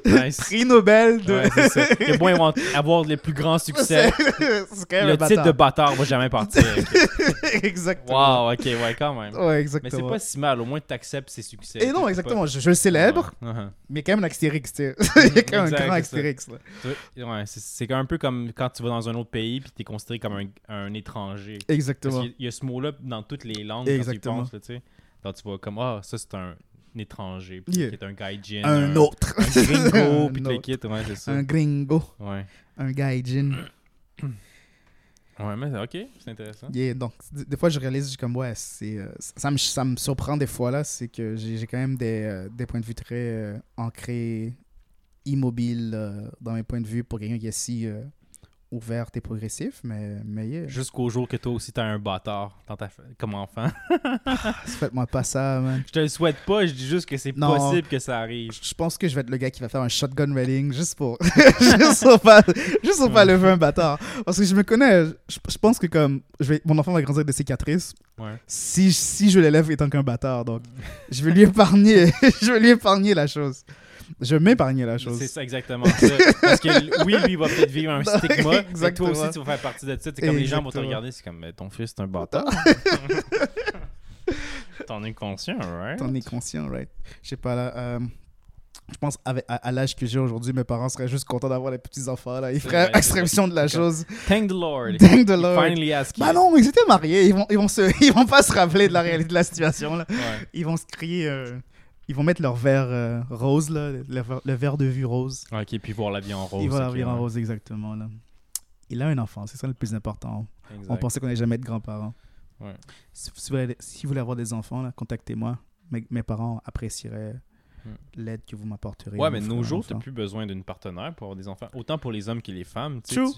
Speaker 2: Nice.
Speaker 1: Prix Nobel de.
Speaker 2: Ouais, c'est ça. Il est moins want- avoir les plus grands
Speaker 1: c'est
Speaker 2: succès.
Speaker 1: c'est quand même
Speaker 2: Le
Speaker 1: un
Speaker 2: titre de
Speaker 1: bâtard.
Speaker 2: bâtard va jamais partir. Ok.
Speaker 1: exactement.
Speaker 2: Wow, ok, ouais, quand même.
Speaker 1: Ouais,
Speaker 2: Mais c'est
Speaker 1: exactement.
Speaker 2: pas si mal, au moins t'acceptes ses succès.
Speaker 1: Et non,
Speaker 2: T'es
Speaker 1: exactement. Je, je le célèbre,
Speaker 2: pas- Uh-huh.
Speaker 1: mais quand même un Astérix, tu sais. Il y a quand même un
Speaker 2: Mhm, Exact,
Speaker 1: grand
Speaker 2: c'est ça.
Speaker 1: Astérix. là.
Speaker 2: Tu- Uh-huh. Ouais, c'est- c'est un peu comme quand tu vas dans un autre pays puis t'es considéré comme un, un étranger. Parce
Speaker 1: Exactement.
Speaker 2: qu'il y a ce mot-là dans toutes les langues
Speaker 1: Exactement.
Speaker 2: quand tu y penses, là, tu sais. Quand tu vas comme, ah, ça c'est un, un étranger, puis
Speaker 1: Yeah.
Speaker 2: qui est un gaijin.
Speaker 1: Un autre.
Speaker 2: Un gringo, puis
Speaker 1: Un
Speaker 2: tout le
Speaker 1: autre.
Speaker 2: kit, ouais, c'est ça.
Speaker 1: Un gringo,
Speaker 2: Ouais.
Speaker 1: un gaijin.
Speaker 2: Ouais, mais ok, c'est intéressant.
Speaker 1: Yeah, donc, d- des fois, je réalise, je suis comme, ouais, c'est, euh, ça, me, ça me surprend des fois, là, c'est que j'ai j'ai quand même des, euh, des points de vue très euh, ancrés, immobiles euh, dans mes points de vue pour quelqu'un qui est si euh, ouvert et progressif, mais, mais yeah,
Speaker 2: Jusqu'au jour que toi aussi t'as un bâtard dans ta fa- comme enfant.
Speaker 1: faites-moi pas ça, man.
Speaker 2: je te le souhaite pas, je dis juste que c'est
Speaker 1: Non.
Speaker 2: possible que ça arrive.
Speaker 1: Je pense que je vais être le gars qui va faire un shotgun wedding juste pour juste pour pas juste pour pas lever un bâtard parce que je me connais je, je pense que comme je vais, mon enfant va grandir avec des cicatrices
Speaker 2: Ouais.
Speaker 1: si, si je l'élève étant qu'un bâtard. Donc, je vais lui épargner, je vais lui épargner la chose. Je vais m'épargner la chose.
Speaker 2: C'est ça, exactement ça. Parce que oui, lui, il va peut-être vivre un
Speaker 1: Non,
Speaker 2: stigma. mais toi
Speaker 1: exactement.
Speaker 2: aussi, tu vas faire partie de ça. C'est comme les gens vont te
Speaker 1: Exactement.
Speaker 2: regarder, c'est comme Mais ton fils, c'est un bâtard. T'en es conscient, right?
Speaker 1: T'en es conscient, right? Je sais pas, là. euh, je pense avec- à, à l'âge que j'ai aujourd'hui, mes parents seraient juste contents d'avoir les petits-enfants. là. Ils
Speaker 2: C'est
Speaker 1: feraient
Speaker 2: vrai,
Speaker 1: extraction de la
Speaker 2: Comme-
Speaker 1: chose.
Speaker 2: Thank the Lord.
Speaker 1: Thank the
Speaker 2: He
Speaker 1: Lord.
Speaker 2: Finally asked
Speaker 1: Bah non, ils étaient mariés. Ils vont, ils vont, se, ils vont pas se rappeler de la réalité de la situation. Là.
Speaker 2: Ouais.
Speaker 1: Ils vont se crier. euh, ils vont mettre leur verre euh, rose, là, le, le- le verre de vue rose.
Speaker 2: Ok, puis voir l'avion en rose.
Speaker 1: ils vont la
Speaker 2: ok,
Speaker 1: verre en
Speaker 2: ouais.
Speaker 1: rose, exactement. Là. Il a un enfant, c'est ça le plus important.
Speaker 2: Exact.
Speaker 1: On pensait qu'on n'allait jamais être grands-parents.
Speaker 2: Ouais.
Speaker 1: Si, si vous voulez, si vous voulez avoir des enfants, là, contactez-moi. Mes, mes parents apprécieraient
Speaker 2: Mm.
Speaker 1: l'aide que vous m'apporterez.
Speaker 2: Ouais, mais
Speaker 1: Vous
Speaker 2: de
Speaker 1: ferez
Speaker 2: nos
Speaker 1: un
Speaker 2: jours, t'as
Speaker 1: enfant.
Speaker 2: plus besoin d'une partenaire pour avoir des enfants. Autant pour les hommes que les femmes. tu sais,
Speaker 1: True.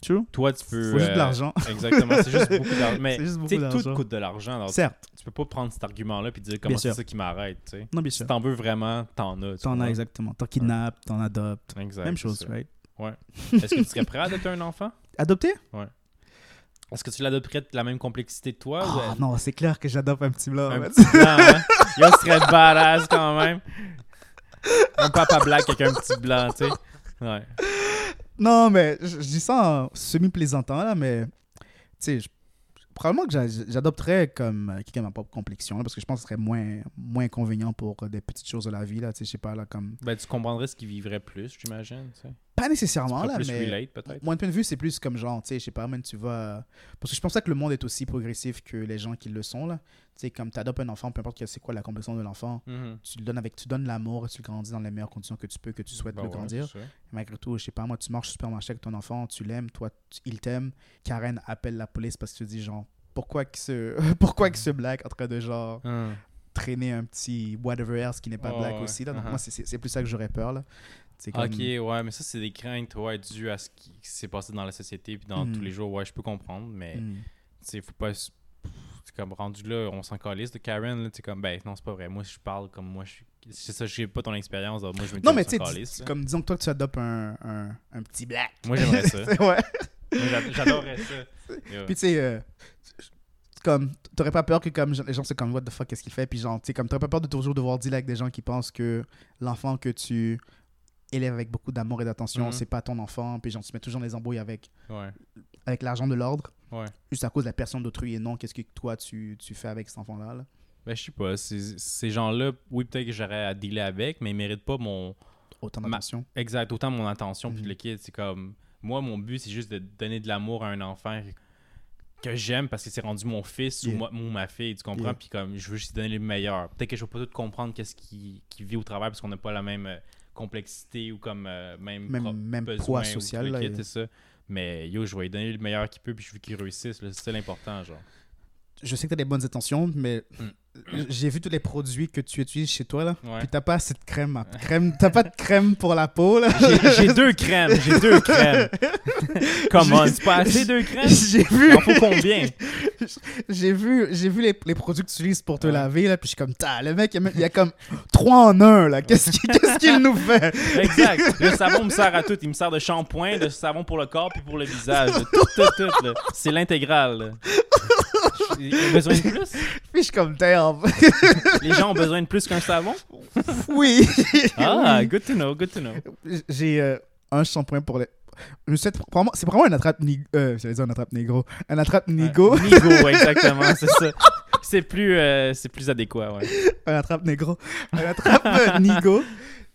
Speaker 2: tu-
Speaker 1: True.
Speaker 2: Toi, tu peux.
Speaker 1: Faut juste
Speaker 2: euh,
Speaker 1: de l'argent.
Speaker 2: Exactement, c'est juste beaucoup d'argent. Mais
Speaker 1: C'est juste
Speaker 2: tu sais,
Speaker 1: beaucoup
Speaker 2: tout
Speaker 1: d'argent.
Speaker 2: coûte hein, de l'argent. Alors,
Speaker 1: Certes.
Speaker 2: tu peux pas prendre cet argument-là puis dire comment c'est
Speaker 1: sûr.
Speaker 2: ça qui m'arrête. tu sais.
Speaker 1: Non, bien
Speaker 2: Si
Speaker 1: sûr.
Speaker 2: t'en veux vraiment, t'en as. tu
Speaker 1: T'en as
Speaker 2: vois.
Speaker 1: exactement. T'en kidnappes, t'en adoptes.
Speaker 2: Exact,
Speaker 1: Même
Speaker 2: c'est
Speaker 1: chose,
Speaker 2: ça.
Speaker 1: right?
Speaker 2: Ouais. Est-ce que tu serais prêt à adopter un enfant?
Speaker 1: Adopter
Speaker 2: Est-ce que tu l'adopterais de la même complexité que toi?
Speaker 1: Ah
Speaker 2: ou elle-
Speaker 1: non, c'est clair que j'adopte un petit blanc.
Speaker 2: un
Speaker 1: man.
Speaker 2: petit blanc, hein? Yo, ce serait badass quand même. Un papa black avec un petit blanc, tu sais. Ouais.
Speaker 1: Non, mais je je dis ça en semi-plaisantant, là, mais tu sais, je- probablement que j'a- j'adopterais comme euh, quelqu'un de ma propre complexion, là, parce que je pense que ce serait moins, moins inconvénient pour euh, des petites choses de la vie, là, tu sais, je sais pas, là, comme.
Speaker 2: Ben, tu comprendrais ce qu'il vivrait plus, j'imagine. Tu sais.
Speaker 1: Pas
Speaker 2: Tu
Speaker 1: nécessairement,
Speaker 2: ferais
Speaker 1: là,
Speaker 2: plus
Speaker 1: mais.
Speaker 2: relate, peut-être.
Speaker 1: Mon point de vue, c'est plus comme genre, tu sais, je sais pas, man, tu vas. Parce que je pensais que le monde est aussi progressif que les gens qui le sont, là. Tu sais, comme tu adoptes un enfant, peu importe que- c'est quoi la complexion de l'enfant,
Speaker 2: Mhm.
Speaker 1: tu le donnes avec, tu donnes l'amour et tu le grandis dans les meilleures conditions que tu peux, que tu souhaites
Speaker 2: Ben
Speaker 1: le
Speaker 2: ouais,
Speaker 1: grandir.
Speaker 2: c'est ça.
Speaker 1: Malgré tout, je sais pas, moi, tu marches au supermarché avec ton enfant, tu l'aimes, toi, tu- il t'aime. Karen appelle la police parce que tu te dis, genre, pourquoi que ce, pourquoi que ce black en train de, genre,
Speaker 2: Hum.
Speaker 1: traîner un petit whatever else qui n'est pas
Speaker 2: Oh,
Speaker 1: black
Speaker 2: ouais.
Speaker 1: aussi, là. Donc,
Speaker 2: Uh-huh.
Speaker 1: moi, c'est- c'est c'est plus ça que j'aurais peur, là. C'est comme-
Speaker 2: Ok, ouais, mais ça, c'est des craintes, ouais, dues à ce qui qui s'est passé dans la société puis dans
Speaker 1: Mhm.
Speaker 2: tous les jours. Ouais, je peux comprendre, mais tu
Speaker 1: Hmm.
Speaker 2: sais, faut pas. s- pff, c'est comme rendu là, on s'en calisse de Karen, là, tu sais, comme, ben non, c'est pas vrai. Moi, je parle comme moi, je suis. C'est ça, j'ai pas ton expérience, alors moi, je me dis,
Speaker 1: Non,
Speaker 2: on
Speaker 1: mais
Speaker 2: s'en
Speaker 1: tu sais,
Speaker 2: calisse,
Speaker 1: dis-
Speaker 2: là.
Speaker 1: comme disons que toi, tu adoptes un, un, un petit black.
Speaker 2: Moi, j'aimerais ça. Moi,
Speaker 1: ouais.
Speaker 2: j'a- J'adorerais ça. Yeah.
Speaker 1: Puis tu sais, euh, comme, t'aurais pas peur que comme, les gens se comme, what the fuck, qu'est-ce qu'il fait? Puis genre, tu sais, comme, t'aurais pas peur de toujours devoir dealer avec des gens qui pensent que l'enfant que tu élèves avec beaucoup d'amour et d'attention,
Speaker 2: Mhm.
Speaker 1: c'est pas ton enfant. Puis genre, tu mets toujours les embrouilles avec,
Speaker 2: Ouais.
Speaker 1: avec l'argent de l'ordre.
Speaker 2: Ouais.
Speaker 1: Juste à cause de la personne d'autrui et non, qu'est-ce que toi, tu, tu fais avec cet enfant-là. là.
Speaker 2: Ben, je sais pas. Ces, ces gens-là, oui, peut-être que j'aurais à dealer avec, mais ils méritent pas mon.
Speaker 1: Autant
Speaker 2: Ma-
Speaker 1: d'attention.
Speaker 2: Exact, autant mon attention puis
Speaker 1: Mhm.
Speaker 2: le kid. C'est comme. Moi, mon but, c'est juste de donner de l'amour à un enfant que j'aime parce que c'est rendu mon fils ou,
Speaker 1: Yeah.
Speaker 2: moi- ou ma fille, tu comprends?
Speaker 1: Yeah.
Speaker 2: Puis comme, je veux juste lui donner le meilleur. Peut-être que je vais pas tout comprendre qu'est-ce qui, qui vit au travers parce qu'on n'a pas la même euh, complexité ou comme euh, même,
Speaker 1: Même-
Speaker 2: pro-
Speaker 1: même
Speaker 2: besoin
Speaker 1: poids
Speaker 2: ou tout le
Speaker 1: social, là,
Speaker 2: kit
Speaker 1: et-
Speaker 2: et ça. Mais yo, je vais lui donner le meilleur qu'il peut puis je veux qu'il réussisse. là. C'est ça l'important, genre.
Speaker 1: Je sais que t'as des bonnes intentions, mais j'ai vu tous les produits que tu utilises chez toi, là.
Speaker 2: Mm. Ouais.
Speaker 1: Puis t'as pas assez de crème. hein. crème t'as pas de crème pour la peau, là.
Speaker 2: J'ai- J'ai deux crèmes, j'ai deux crèmes. Comment? C'est pas assez deux crèmes?
Speaker 1: J'ai
Speaker 2: Il
Speaker 1: vu,
Speaker 2: en faut combien?
Speaker 1: j'ai vu, j'ai vu les, les produits que tu utilises pour te
Speaker 2: Ouais.
Speaker 1: laver, là, puis je suis comme, Tain, le mec, il y a même- il y a comme trois en un, là. Qu'est-ce qu'il qu'est-ce qu'il nous fait?
Speaker 2: Exact. Le savon me sert à tout. Il me sert de shampoing, de savon pour le corps puis pour le visage. Tout, tout, tout. là. C'est l'intégral. là. Il y a besoin de plus?
Speaker 1: Puis je suis comme, damn,
Speaker 2: Les gens ont besoin de plus qu'un savon?
Speaker 1: oui.
Speaker 2: Ah,
Speaker 1: Oui.
Speaker 2: good to know, good to know.
Speaker 1: J'ai euh, un shampoing pour les. Je sais, probablement- c'est vraiment un attrape nigo. j'allais dire un attrape négro. Un attrape nigo.
Speaker 2: Ouais. Nigo, exactement, c'est ça. C'est plus, euh, c'est plus adéquat, ouais.
Speaker 1: un attrape négro. Un attrape euh, nigo.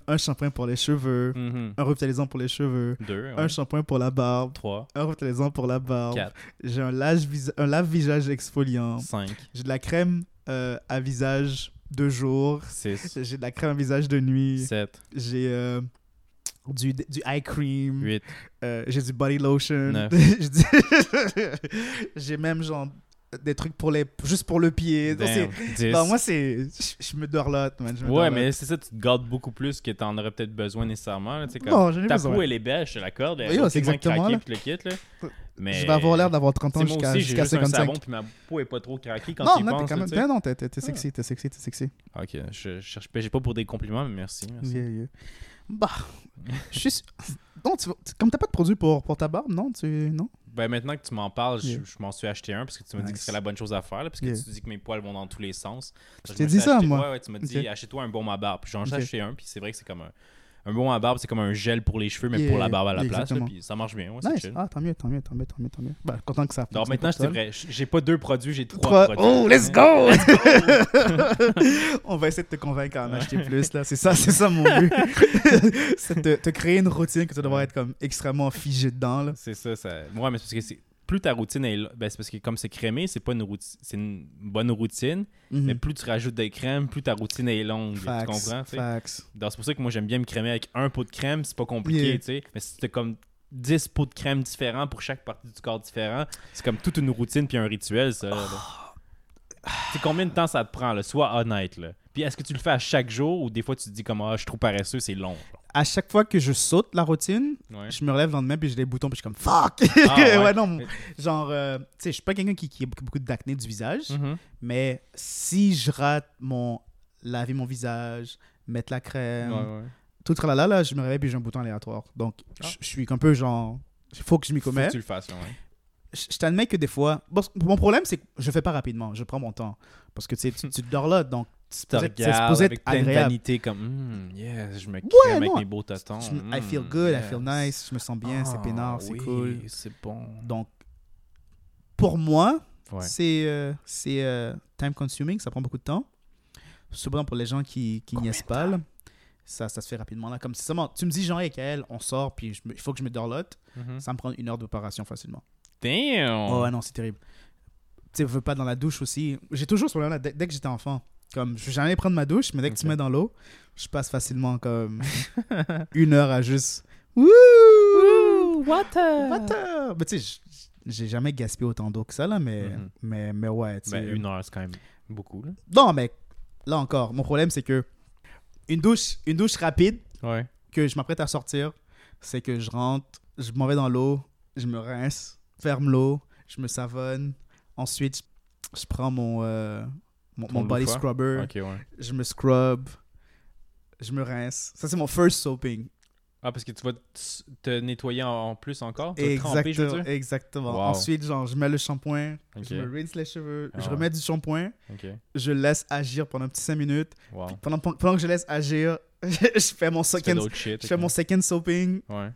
Speaker 1: Un shampoing pour les cheveux.
Speaker 2: Mhm.
Speaker 1: Un revitalisant pour les cheveux.
Speaker 2: Deux, ouais.
Speaker 1: Un shampoing pour la barbe.
Speaker 2: trois,
Speaker 1: Un revitalisant pour la barbe.
Speaker 2: quatre,
Speaker 1: J'ai un lave-visage un lave-visage exfoliant.
Speaker 2: cinq,
Speaker 1: J'ai de la crème euh, à visage de jour.
Speaker 2: six,
Speaker 1: J'ai de la crème à visage de nuit.
Speaker 2: sept,
Speaker 1: J'ai euh, du, du eye cream.
Speaker 2: huit,
Speaker 1: Euh, j'ai du body lotion.
Speaker 2: Neuf.
Speaker 1: J'ai du- j'ai même genre des trucs pour les juste pour le pied. Donc, c'est-
Speaker 2: damn, dix.
Speaker 1: Non, moi c'est je- je me dorlote, man. Je me
Speaker 2: Ouais,
Speaker 1: dorlote.
Speaker 2: mais c'est ça, tu te gardes beaucoup plus que t'en aurais peut-être besoin nécessairement. là, tu sais, comme,
Speaker 1: Non, j'en ai
Speaker 2: ta
Speaker 1: besoin.
Speaker 2: peau, elle est belle, je te l'accorde. elle
Speaker 1: Oui,
Speaker 2: va
Speaker 1: c'est
Speaker 2: tellement
Speaker 1: exactement,
Speaker 2: craquer,
Speaker 1: là.
Speaker 2: puis le kit, là. Mais,
Speaker 1: je vais avoir l'air d'avoir 30
Speaker 2: Tu
Speaker 1: ans
Speaker 2: sais, Moi
Speaker 1: jusqu'à
Speaker 2: aussi, j'ai
Speaker 1: jusqu'à
Speaker 2: juste un
Speaker 1: 55.
Speaker 2: savon, puis ma peau est pas trop craquée quand
Speaker 1: non,
Speaker 2: tu y
Speaker 1: non, t'es
Speaker 2: penses.
Speaker 1: quand
Speaker 2: là,
Speaker 1: même.
Speaker 2: tu sais. Ah.
Speaker 1: Ben non, t'es- t'es t'es sexy, t'es sexy, t'es sexy.
Speaker 2: Ok, je, je cherche pas, j'ai pas pour des compliments, mais merci. merci.
Speaker 1: Yeah, yeah. Bah, je suis. sûr- Non, tu, vas- tu- comme t'as pas de produit pour, pour ta barbe, non tu, Non
Speaker 2: Ben maintenant que tu m'en parles, je-
Speaker 1: Yeah.
Speaker 2: je, m'en suis acheté un parce que tu m'as dit que
Speaker 1: Nice.
Speaker 2: ce serait la bonne chose à faire, là, parce que
Speaker 1: Yeah.
Speaker 2: tu dis que mes poils vont dans tous les sens.
Speaker 1: Je
Speaker 2: me
Speaker 1: t'ai
Speaker 2: suis
Speaker 1: dit ça,
Speaker 2: acheté-
Speaker 1: moi.
Speaker 2: Ouais, ouais, tu m'as dit,
Speaker 1: Ok.
Speaker 2: achète-toi un baume à barbe. Puis J'en ai
Speaker 1: Ok.
Speaker 2: acheté un, puis c'est vrai que c'est comme un. Un baume à barbe, c'est comme un gel pour les cheveux, mais
Speaker 1: Yeah,
Speaker 2: pour la barbe à la
Speaker 1: yeah,
Speaker 2: place. là,
Speaker 1: exactement.
Speaker 2: Puis ça marche bien, ouais, c'est
Speaker 1: Nice.
Speaker 2: chill.
Speaker 1: Ah, tant mieux, tant mieux, tant mieux, tant mieux, tant mieux. Bah, content que ça
Speaker 2: Non,
Speaker 1: fonctionne
Speaker 2: maintenant,
Speaker 1: pour
Speaker 2: c'est
Speaker 1: toi.
Speaker 2: vrai. J- J'ai pas deux produits, j'ai trois,
Speaker 1: Trois-
Speaker 2: produits.
Speaker 1: Oh, let's go! On va essayer de te convaincre à en acheter plus, là. C'est ça, c'est ça mon but. c'est de te créer une routine que tu devrais être comme extrêmement figé dedans, là.
Speaker 2: C'est ça, ça. Ouais, mais c'est parce que c'est- plus ta routine est. là- Ben, c'est parce que comme c'est crémé, c'est pas une routine. C'est une bonne routine, mais
Speaker 1: Mhm.
Speaker 2: plus tu rajoutes des crèmes, plus ta routine est longue.
Speaker 1: Facts,
Speaker 2: Tu comprends? tu sais?
Speaker 1: facts.
Speaker 2: Donc, C'est pour ça que moi, j'aime bien me crémer avec un pot de crème, c'est pas compliqué,
Speaker 1: Yeah.
Speaker 2: tu sais. Mais si t'as comme 10 pots de crème différents pour chaque partie du corps différent, c'est comme toute une routine puis un rituel, ça. là.
Speaker 1: Oh.
Speaker 2: C'est combien de temps ça te prend, là? Sois honnête, là. Puis est-ce que tu le fais à chaque jour ou des fois tu te dis comme, ah, je suis trop paresseux, c'est long. genre.
Speaker 1: À chaque fois que je saute la routine,
Speaker 2: Ouais.
Speaker 1: je me relève le lendemain puis j'ai des boutons puis je suis comme fuck!
Speaker 2: Ah, ouais.
Speaker 1: non, mon- genre, euh, tu sais, je suis pas quelqu'un qui, qui a beaucoup d'acné du visage.
Speaker 2: Mhm.
Speaker 1: Mais si je rate mon laver mon visage, mettre la crème,
Speaker 2: Ouais, ouais.
Speaker 1: tout tralala, là, je me réveille puis j'ai un bouton aléatoire. Donc,
Speaker 2: Ah.
Speaker 1: je je suis un peu genre. Il faut que je m'y
Speaker 2: Faut
Speaker 1: commette.
Speaker 2: que tu le fasses, là, ouais.
Speaker 1: je je t'admets que des fois. bon, mon problème, c'est que je fais pas rapidement. Je prends mon temps. Parce que tu sais, tu, tu dors là, donc c'est
Speaker 2: Tu
Speaker 1: supposé- c'est
Speaker 2: regardes
Speaker 1: supposé être
Speaker 2: avec plein de
Speaker 1: agréable.
Speaker 2: vanité, comme, Hmm, yeah, je me crème avec
Speaker 1: non.
Speaker 2: mes beaux tatons.
Speaker 1: Je me- I
Speaker 2: Hmm,
Speaker 1: feel good, I
Speaker 2: yes.
Speaker 1: feel nice, je me sens bien, c'est
Speaker 2: Ah,
Speaker 1: peinard, c'est
Speaker 2: oui,
Speaker 1: cool.
Speaker 2: c'est bon.
Speaker 1: Donc, pour moi,
Speaker 2: Ouais.
Speaker 1: c'est euh, c'est, euh, time consuming, ça prend beaucoup de temps. Souvent pour les gens qui, qui
Speaker 2: Combien
Speaker 1: niaisent pas, là, ça, ça se fait rapidement. Là. Comme si seulement, tu me dis, genre, avec elle, on sort, puis je me- il faut que je me dorlote,
Speaker 2: Mhm.
Speaker 1: ça me prend une heure d'opération facilement.
Speaker 2: Damn! Ben,
Speaker 1: Oh ouais, non, c'est terrible. Tu sais, veux pas dans la douche aussi. J'ai toujours ce problème-là dès, dès que j'étais enfant. Comme, je vais jamais prendre ma douche, mais dès que tu
Speaker 2: Ok.
Speaker 1: mets dans l'eau, je passe facilement comme une heure à juste. Wouh!
Speaker 2: water!
Speaker 1: Water! Mais tu sais, j- j'ai jamais gaspillé autant d'eau que ça, là, mais,
Speaker 2: Mhm.
Speaker 1: mais, mais ouais. tu sais.
Speaker 2: Ben, une heure, c'est quand même beaucoup, là.
Speaker 1: Non, mais là encore, mon problème, c'est que une douche, une douche rapide
Speaker 2: Ouais.
Speaker 1: que je m'apprête à sortir, c'est que je rentre, je m'en vais dans l'eau, je me rince, ferme l'eau, je me savonne. Ensuite, je- je prends mon, euh, mon,
Speaker 2: Ton
Speaker 1: mon body
Speaker 2: loofah?
Speaker 1: scrubber,
Speaker 2: Ok, ouais.
Speaker 1: je me scrub, je me rince. Ça, c'est mon first soaping.
Speaker 2: Ah, parce que tu vas te te nettoyer en en plus encore? Tu vas te
Speaker 1: Exactement.
Speaker 2: tremper, je veux dire?
Speaker 1: exactement.
Speaker 2: Wow.
Speaker 1: Ensuite, genre, je mets le shampoing, je
Speaker 2: Ok.
Speaker 1: me rinse les cheveux,
Speaker 2: Ah
Speaker 1: je
Speaker 2: ouais.
Speaker 1: remets du shampoing,
Speaker 2: Ok.
Speaker 1: je laisse agir pendant un petit 5 minutes.
Speaker 2: Wow.
Speaker 1: Pendant, pendant que je laisse agir, je fais mon
Speaker 2: Tu fais
Speaker 1: second,
Speaker 2: d'autres shit.
Speaker 1: je fais
Speaker 2: ok.
Speaker 1: mon second soaping.
Speaker 2: Ouais.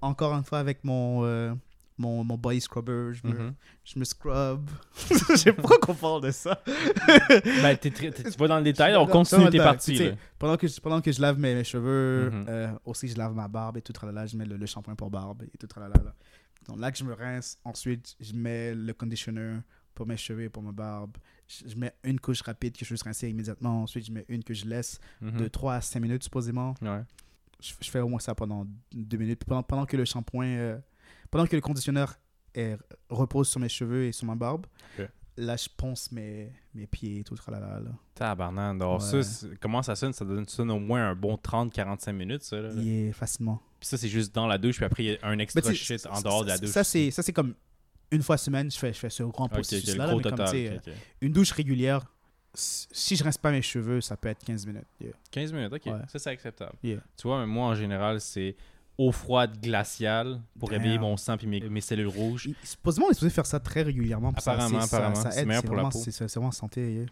Speaker 1: encore une fois avec mon, euh, mon, mon body scrubber, je me,
Speaker 2: Mhm.
Speaker 1: je me scrub. je sais pas qu'on parle de ça.
Speaker 2: Ben, t'es très- t'es- tu vas dans le détail,
Speaker 1: Non,
Speaker 2: on continue
Speaker 1: non,
Speaker 2: tes
Speaker 1: attends,
Speaker 2: parties.
Speaker 1: tu sais,
Speaker 2: là.
Speaker 1: Pendant que, je, pendant que je lave mes, mes cheveux,
Speaker 2: Mhm.
Speaker 1: euh, aussi je lave ma barbe et tout, tralala, je mets le, le shampoing pour barbe et tout, tralala. là. Donc là que je me rince, ensuite je mets le conditioner pour mes cheveux et pour ma barbe. Je, je mets une couche rapide que je suis rincer immédiatement. Ensuite, je mets une que je laisse
Speaker 2: Mhm.
Speaker 1: de 3 à 5 minutes supposément.
Speaker 2: Ouais.
Speaker 1: je, je fais au moins ça pendant deux minutes. Puis Pendant, pendant que le shampoing, euh, pendant que le conditionneur est- repose sur mes cheveux et sur ma barbe,
Speaker 2: Ok.
Speaker 1: là, je ponce mes, mes pieds et tout. Tralala, là.
Speaker 2: Tabarnak. Alors, ça,
Speaker 1: Ouais.
Speaker 2: c'est- comment ça sonne? Ça donne ça au moins un bon 30-45 minutes, ça. Là.
Speaker 1: Yeah, facilement.
Speaker 2: Puis ça, c'est juste dans la douche, puis après, il y a un extra
Speaker 1: Mais tu sais,
Speaker 2: shit en dehors de la
Speaker 1: ça-
Speaker 2: douche.
Speaker 1: Ça, c'est, ça, c'est comme une fois semaine, je fais, je fais ce grand
Speaker 2: Ok, ok,
Speaker 1: processus-là.
Speaker 2: le
Speaker 1: là,
Speaker 2: gros
Speaker 1: mais comme,
Speaker 2: total.
Speaker 1: tu sais, euh,
Speaker 2: ok, ok.
Speaker 1: Une douche régulière, si si je rince pas mes cheveux, ça peut être 15 minutes. Yeah.
Speaker 2: 15 minutes, ok.
Speaker 1: Ouais.
Speaker 2: Ça, c'est acceptable.
Speaker 1: Yeah.
Speaker 2: Tu vois, mais moi, en général, c'est eau froide glaciale pour
Speaker 1: Damn.
Speaker 2: réveiller mon sang puis mes, mes cellules rouges.
Speaker 1: Il- Supposément, on est supposé faire ça très régulièrement. puis ça-
Speaker 2: Apparemment,
Speaker 1: c'est- ça-
Speaker 2: apparemment.
Speaker 1: ça
Speaker 2: C'est
Speaker 1: aide,
Speaker 2: meilleur
Speaker 1: c'est
Speaker 2: pour la
Speaker 1: vraiment-
Speaker 2: peau.
Speaker 1: c'est- C'est vraiment en santé. yeah.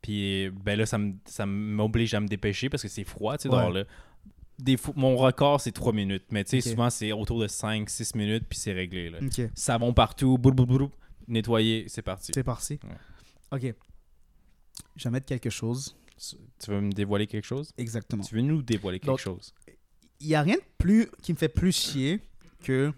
Speaker 2: Puis ben là, ça me- ça m'oblige à me dépêcher parce que c'est froid, tu sais,
Speaker 1: Ouais.
Speaker 2: dehors, là. Des fois- mon record, c'est 3 minutes, mais tu sais,
Speaker 1: Ok. Mm.
Speaker 2: souvent, c'est autour de 5-6 minutes, puis c'est réglé, là.
Speaker 1: Ok.
Speaker 2: Savon partout, boum, boum, boum, boum, nettoyer, c'est parti.
Speaker 1: C'est parti.
Speaker 2: Ouais.
Speaker 1: Ok. Je vais mettre quelque chose.
Speaker 2: Tu veux me dévoiler quelque chose?
Speaker 1: Exactement.
Speaker 2: Tu veux nous dévoiler quelque
Speaker 1: Donc-
Speaker 2: chose?
Speaker 1: Il n'y a rien de plus qui me fait plus chier que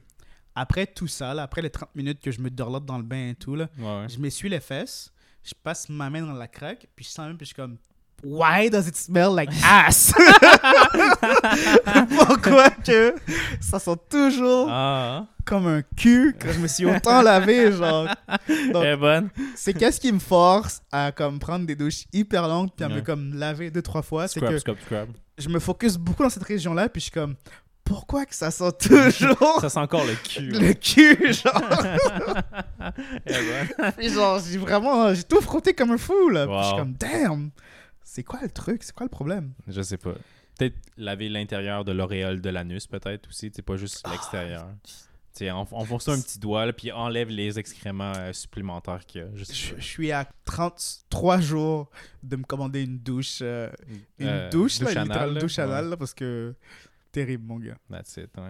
Speaker 1: après tout ça, là, après les 30 minutes que je me dorlote dans le bain et tout, là,
Speaker 2: Ouais, ouais.
Speaker 1: je m'essuie les fesses, je passe ma main dans la craque, puis je sens même, puis je suis comme Why does it smell like ass? Pourquoi que ça sent toujours
Speaker 2: Ah,
Speaker 1: comme un cul que je me suis autant lavé, genre. Donc-
Speaker 2: elle est Eh, bonne.
Speaker 1: C'est qu'est-ce qui me force à comme prendre des douches hyper longues puis à me
Speaker 2: Ouais.
Speaker 1: comme laver deux trois fois, c'est
Speaker 2: Scrub,
Speaker 1: que
Speaker 2: scrub, scrub.
Speaker 1: je me focus beaucoup dans cette région-là puis je suis comme pourquoi que ça sent toujours
Speaker 2: Ça sent encore le cul.
Speaker 1: le cul genre
Speaker 2: Elle est Eh, bonne.
Speaker 1: Puis genre j'ai vraiment j'ai tout frotté comme un fou là, puis je suis
Speaker 2: Wow.
Speaker 1: comme damn. C'est quoi le truc C'est quoi le problème
Speaker 2: Je sais pas. Peut-être laver l'intérieur de l'auréole de l'anus, peut-être aussi. C'est pas juste
Speaker 1: Ah,
Speaker 2: l'extérieur. T'sais, en- enfonce un petit doigt, là, puis enlève les excréments euh, supplémentaires qu'il y a. euh, Je sais
Speaker 1: je,
Speaker 2: pas.
Speaker 1: je suis à 33 jours de me commander une douche euh, une
Speaker 2: Euh,
Speaker 1: douche, là,
Speaker 2: anale,
Speaker 1: littéralement,
Speaker 2: là.
Speaker 1: douche anale
Speaker 2: Ouais.
Speaker 1: là, parce que terrible mon gars.
Speaker 2: That's it, ouais.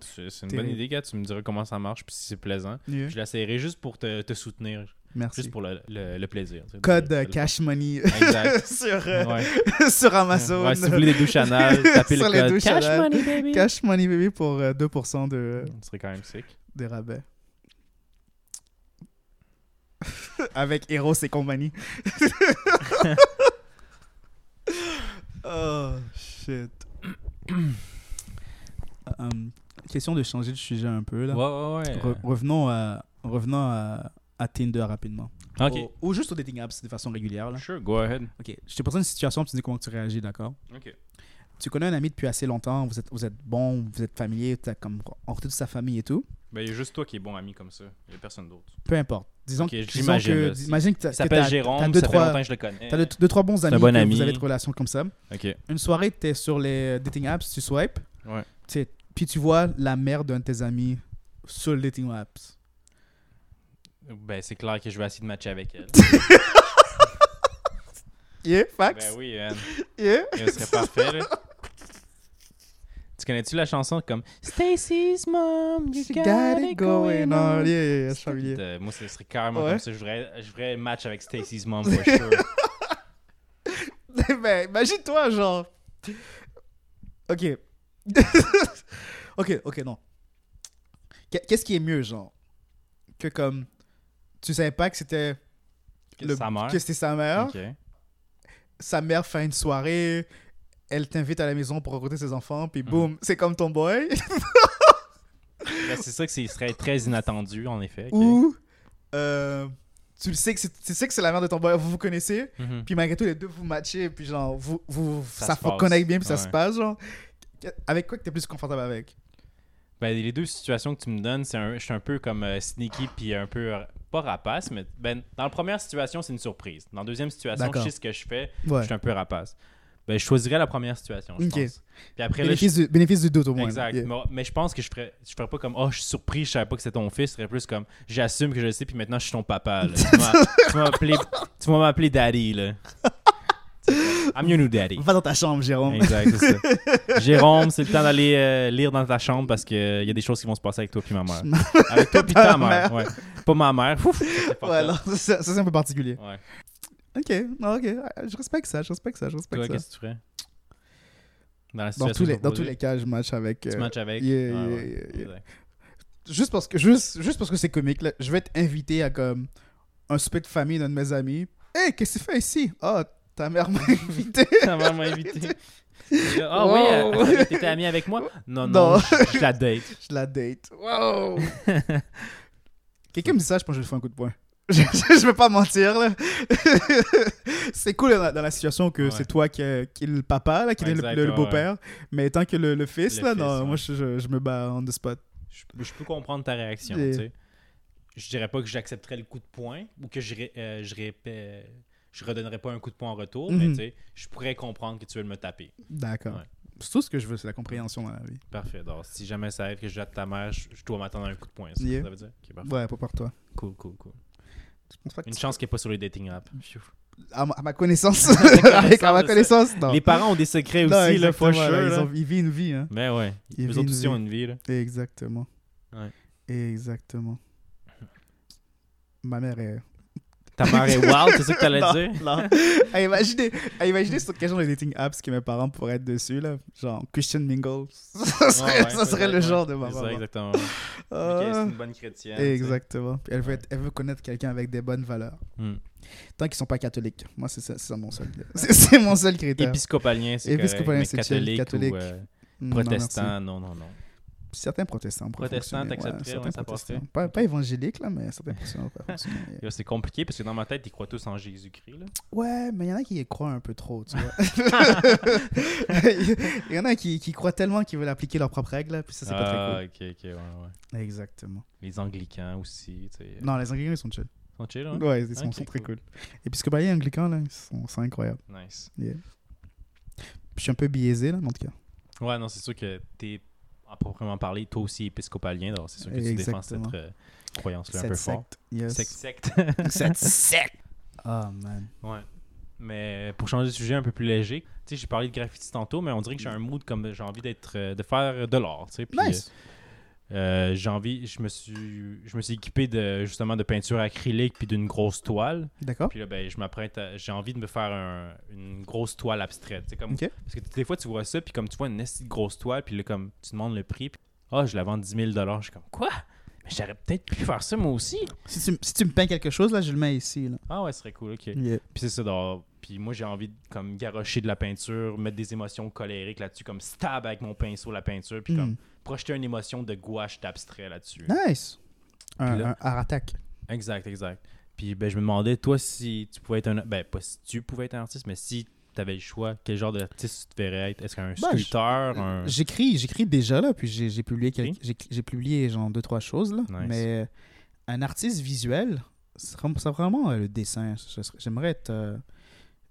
Speaker 2: C'est c'est une
Speaker 1: Terrible.
Speaker 2: bonne idée, gars. Tu me diras comment ça marche, puis si c'est plaisant.
Speaker 1: Yeah.
Speaker 2: Je l'essayerai juste pour te, te soutenir,
Speaker 1: Merci.
Speaker 2: juste pour le, le- le plaisir. t'sais, de-
Speaker 1: Code
Speaker 2: de
Speaker 1: euh,
Speaker 2: le-
Speaker 1: cash money
Speaker 2: Exact.
Speaker 1: sur euh,
Speaker 2: Ouais.
Speaker 1: sur Amazon.
Speaker 2: Ouais, si vous voulez des douches anales, tapez le
Speaker 1: Sur les
Speaker 2: code
Speaker 1: douches
Speaker 2: cash
Speaker 1: anales.
Speaker 2: money baby.
Speaker 1: Cash Money Baby pour euh, 2% de,
Speaker 2: Ce serait quand même sick.
Speaker 1: de rabais. Avec Eros et compagnie. oh, shit. Hum, Euh, question de changer de sujet un peu. Là.
Speaker 2: ouais, ouais.
Speaker 1: Re- revenons à, revenons à, à Tinder rapidement.
Speaker 2: Ok.
Speaker 1: Ou, ou juste au dating apps de façon régulière. Là.
Speaker 2: Sure, go ahead.
Speaker 1: Ok, je te présente une situation, puis tu dis comment tu réagis, d'accord?
Speaker 2: Ok.
Speaker 1: tu connais un ami depuis assez longtemps, vous êtes, vous êtes bon, vous êtes familier, tu as comme rencontré toute sa famille et tout.
Speaker 2: Ben, il y a juste toi qui es bon ami comme ça. Il n'y a personne d'autre.
Speaker 1: Peu importe. Disons
Speaker 2: Ok,
Speaker 1: que- disons
Speaker 2: j'imagine,
Speaker 1: que-
Speaker 2: là, c'est-
Speaker 1: Imagine que t'as-
Speaker 2: Il
Speaker 1: que
Speaker 2: s'appelle
Speaker 1: t'as-
Speaker 2: Jérôme,
Speaker 1: t'as
Speaker 2: ça
Speaker 1: deux,
Speaker 2: fait
Speaker 1: trois,
Speaker 2: longtemps que je le connais.
Speaker 1: t'as deux, deux, trois bons amis
Speaker 2: bon
Speaker 1: que
Speaker 2: ami.
Speaker 1: vous avez de relations comme ça.
Speaker 2: Ok.
Speaker 1: Une soirée, t'es sur les euh, dating apps, tu swipe,
Speaker 2: Ouais.
Speaker 1: t'sais, puis tu vois la mère d'un de tes amis sur le dating apps.
Speaker 2: Ben, c'est clair que je vais essayer de matcher avec elle.
Speaker 1: Yeah,
Speaker 2: ben
Speaker 1: facts.
Speaker 2: oui, man.
Speaker 1: Yeah.
Speaker 2: Ce serait parfait, là. Tu connais-tu la chanson comme Stacy's Mom, you
Speaker 1: She
Speaker 2: got, it going
Speaker 1: Yeah,
Speaker 2: on?
Speaker 1: yeah, yeah, je suis familier.
Speaker 2: Euh, moi, ce serait carrément
Speaker 1: Ah Ouais.
Speaker 2: comme ça. Je voudrais, je voudrais match avec Stacy's Mom, for sure.
Speaker 1: ben, imagine-toi, genre. Ok. ok, ok, non. Qu'est- Qu'est-ce qui est mieux, genre Que comme. Tu savais pas que c'était.
Speaker 2: Que
Speaker 1: le-
Speaker 2: sa mère.
Speaker 1: Que c'était sa mère.
Speaker 2: Ok. Ben,
Speaker 1: Sa mère fait une soirée. Elle t'invite à la maison pour rencontrer ses enfants.
Speaker 2: Mm.
Speaker 1: Puis boum, c'est comme ton boy.
Speaker 2: Ben, c'est ça que c'est serait très inattendu, en effet. ok.
Speaker 1: Ou. euh, tu le sais que c'est tu sais que c'est la mère de ton boy. Vous vous connaissez.
Speaker 2: Mhm.
Speaker 1: Puis malgré tout, les deux vous matchez, puis genre, vous, vous,
Speaker 2: Ça
Speaker 1: ça,
Speaker 2: se
Speaker 1: vous
Speaker 2: passe.
Speaker 1: connecte bien, puis ça
Speaker 2: Ouais.
Speaker 1: se passe, genre. Qu- Avec quoi que t'es plus confortable avec
Speaker 2: Ben, les deux situations que tu me donnes, c'est un, je suis un peu comme euh, sneaky puis un peu euh, pas rapace, mais ben, dans la première situation, c'est une surprise. Dans la deuxième situation, je
Speaker 1: D'accord.
Speaker 2: sais ce que je fais, je
Speaker 1: Ouais.
Speaker 2: suis un peu rapace. Ben, je choisirais la première situation, je
Speaker 1: Ok.
Speaker 2: pense. Puis après, là, je-
Speaker 1: Bénéfice, du, bénéfice du doute, au moins.
Speaker 2: Exact.
Speaker 1: Yeah.
Speaker 2: Mais, mais je pense que je ferais, je ferais pas comme Oh, je suis surpris, je savais pas que c'était ton fils. Ce serait plus comme J'assume que je le sais, puis maintenant je suis ton papa. là. Tu m'as- tu m'as appelé- tu vas m'appeler daddy. Là. C'est comme, I'm your new daddy.
Speaker 1: Va dans ta chambre, Jérôme.
Speaker 2: Exact, c'est ça. Jérôme, c'est le temps d'aller euh, lire dans ta chambre parce qu'il y a des choses qui vont se passer avec toi puis ma mère. Avec toi puis
Speaker 1: Ta
Speaker 2: ta mère.
Speaker 1: mère.
Speaker 2: ouais. Pas ma mère. Ouf, ça, c'est fucked
Speaker 1: ouais,
Speaker 2: up.
Speaker 1: non, ça, ça, c'est un peu particulier.
Speaker 2: Ouais.
Speaker 1: Ok, non, ok, euh, je respecte ça, je respecte ça, je respecte
Speaker 2: Toi,
Speaker 1: ça.
Speaker 2: qu'est-ce que tu ferais Dans la
Speaker 1: Dans
Speaker 2: situation
Speaker 1: tous, les, dans tous
Speaker 2: proposée,
Speaker 1: les cas, je match avec.
Speaker 2: Tu
Speaker 1: euh,
Speaker 2: matches avec.
Speaker 1: yeah,
Speaker 2: Ouais,
Speaker 1: yeah,
Speaker 2: ouais.
Speaker 1: yeah, yeah.
Speaker 2: Exact.
Speaker 1: Juste parce que juste, juste parce que c'est comique, là, je vais être invité à comme un souper de famille d'un de mes amis. Hé, qu'est-ce que tu fais ici Ah, ta mère m'a invité.
Speaker 2: Ta mère m'a invité. Ah
Speaker 1: Wow.
Speaker 2: oui, euh, t'avais- t'étais amie avec moi? Non, non,
Speaker 1: Non.
Speaker 2: je je la date.
Speaker 1: Je la date. Wow! Quelqu'un me dit ça, je pense que je lui fais un coup de poing. je, je- je vais pas mentir, là. c'est cool dans la, dans la situation que
Speaker 2: Ouais.
Speaker 1: c'est toi qui, est- qui est le papa, là, qui est le-
Speaker 2: Exact,
Speaker 1: le, le
Speaker 2: ouais,
Speaker 1: beau-père, mais tant que le, le fils,
Speaker 2: Le
Speaker 1: là,
Speaker 2: fils,
Speaker 1: non,
Speaker 2: ouais.
Speaker 1: moi, je, je- je me bats on the spot.
Speaker 2: Je, je peux comprendre ta réaction,
Speaker 1: Et-
Speaker 2: tu sais. Je dirais pas que j'accepterais le coup de poing ou que je, ré- euh, je, répè- je redonnerais pas un coup de poing en retour, mais
Speaker 1: Mhm.
Speaker 2: tu sais, je pourrais comprendre que tu veux me taper.
Speaker 1: D'accord.
Speaker 2: Ouais.
Speaker 1: C'est tout ce que je veux, c'est la compréhension dans la vie.
Speaker 2: Parfait. Donc, si jamais ça arrive que je jette ta mère, je, je dois m'attendre à un coup de poing. c'est ça
Speaker 1: Yeah.
Speaker 2: que ça veut dire? Ok, parfait.
Speaker 1: Ouais, pas par toi.
Speaker 2: Cool, cool, cool.
Speaker 1: Je pense pas que
Speaker 2: Une
Speaker 1: tu-
Speaker 2: chance qu'il n'est pas sur les dating apps.
Speaker 1: à, ma, à ma connaissance.
Speaker 2: connaissance,
Speaker 1: Avec, à ma
Speaker 2: c'est ça.
Speaker 1: connaissance, non.
Speaker 2: Les parents ont des secrets
Speaker 1: Non,
Speaker 2: aussi, là,
Speaker 1: exactement,
Speaker 2: for sure.
Speaker 1: là, ils,
Speaker 2: là.
Speaker 1: ont- ils vivent une vie, hein.
Speaker 2: Mais ouais,
Speaker 1: Ils
Speaker 2: les
Speaker 1: vivent
Speaker 2: autres
Speaker 1: une
Speaker 2: aussi
Speaker 1: vie.
Speaker 2: ont une vie, là.
Speaker 1: Exactement.
Speaker 2: Ouais.
Speaker 1: Exactement. Ma mère est.
Speaker 2: Ta mère est wild, c'est ça que t'allais
Speaker 1: Non,
Speaker 2: dire?
Speaker 1: non. à imaginer, à imaginer sur quel genre de dating apps que mes parents pourraient être dessus, là. Genre Christian Mingle. ça serait,
Speaker 2: Ah Ouais, ouais,
Speaker 1: ça serait le
Speaker 2: ouais.
Speaker 1: genre de ma
Speaker 2: C'est ça,
Speaker 1: maman.
Speaker 2: exactement.
Speaker 1: Ah,
Speaker 2: Ok, c'est une hein, bonne chrétienne.
Speaker 1: exactement. Puis Elle veut, être- elle veut connaître quelqu'un avec des bonnes valeurs.
Speaker 2: tu sais. Hmm.
Speaker 1: Tant qu'ils sont pas catholiques. Moi, c'est ça, c'est ça mon seul. C'est c'est mon seul critère.
Speaker 2: Épiscopalien, c'est
Speaker 1: Euh, Épiscopalien,
Speaker 2: correct, mais
Speaker 1: c'est chill,
Speaker 2: catholique,
Speaker 1: catholique.
Speaker 2: ou euh,
Speaker 1: Hmm, Non, merci.
Speaker 2: protestant, non, non, non.
Speaker 1: Certains protestants. pourraient
Speaker 2: Protestants,
Speaker 1: fonctionner,
Speaker 2: t'accepterais,
Speaker 1: certains
Speaker 2: ouais, ça
Speaker 1: protestants.
Speaker 2: passerait.
Speaker 1: Pas, pas évangéliques, là, mais certains protestants. pourraient fonctionner.
Speaker 2: Yo, C'est compliqué parce que dans ma tête, ils croient tous en Jésus-Christ. là.
Speaker 1: Ouais, mais il y en a qui y croient un peu trop, tu vois. Il y en a qui, qui croient tellement qu'ils veulent appliquer leurs propres règles, là, puis ça, c'est pas
Speaker 2: Ah, ok, ok, ouais, ouais.
Speaker 1: très cool. Exactement.
Speaker 2: Les Anglicans aussi, tu sais.
Speaker 1: Non, les Anglicans, ils sont chill.
Speaker 2: Ils sont chill, hein?
Speaker 1: Ouais, ils sont,
Speaker 2: Ok,
Speaker 1: sont très
Speaker 2: cool.
Speaker 1: cool. Et puis, ce que bah, les Anglicans, là, ils sont, sont incroyables.
Speaker 2: Nice.
Speaker 1: Puis, je suis un peu biaisé, là, mais en tout cas.
Speaker 2: Ouais, non, c'est sûr que t'es, à proprement parler, toi aussi épiscopalien, donc c'est sûr que tu défends
Speaker 1: Exactement.
Speaker 2: cette euh, croyance-là un
Speaker 1: Cette
Speaker 2: peu fort.
Speaker 1: secte. Yes.
Speaker 2: Secte. secte.
Speaker 1: Cette secte.
Speaker 2: Ah,
Speaker 1: Oh, man.
Speaker 2: Ouais. Mais euh, pour changer de sujet un peu plus léger, tu sais, j'ai parlé de graffiti tantôt, mais on dirait que j'ai un mood comme j'ai envie d'être, euh, de faire de l'art, tu sais. puis,
Speaker 1: Nice.
Speaker 2: Euh, j'ai envie, je me suis, je me suis équipé de justement de peinture acrylique puis d'une grosse toile.
Speaker 1: D'accord.
Speaker 2: Puis là, ben, je m'apprête, à- j'ai envie de me faire un- une grosse toile abstraite. C'est comme
Speaker 1: Ok.
Speaker 2: parce que des fois tu vois ça puis comme tu vois une esti de grosse toile puis là comme tu demandes le prix, puis ah je la vends 10 000 dollars, je suis comme quoi Mais j'aurais peut-être pu faire ça moi aussi.
Speaker 1: Si tu, si tu me peins quelque chose, là, je le mets ici, là.
Speaker 2: Ah ouais, ce serait cool, ok.
Speaker 1: Yeah.
Speaker 2: Puis c'est ça dehors. Puis moi j'ai envie de comme garocher de la peinture, mettre des émotions colériques là-dessus, comme stab avec mon pinceau la peinture, puis comme
Speaker 1: Hmm.
Speaker 2: projeter une émotion de gouache d'abstrait là-dessus.
Speaker 1: Nice. Un,
Speaker 2: Puis là-
Speaker 1: un art attack.
Speaker 2: Exact, exact. Puis ben, je me demandais, toi, si tu pouvais être un... Ben, pas si tu pouvais être un artiste, mais si t'avais le choix, quel genre d'artiste tu te verrais être? Est-ce qu'un
Speaker 1: Ben, je-
Speaker 2: sculpteur, un...
Speaker 1: J'écris, j'écris déjà là, puis j'ai j'ai publié, quelques-
Speaker 2: Ok.
Speaker 1: j'ai- j'ai publié genre deux trois choses là.
Speaker 2: Nice.
Speaker 1: Mais euh, un artiste visuel, c'est vraiment- c'est vraiment euh, le dessin. Ce serait- J'aimerais être. euh,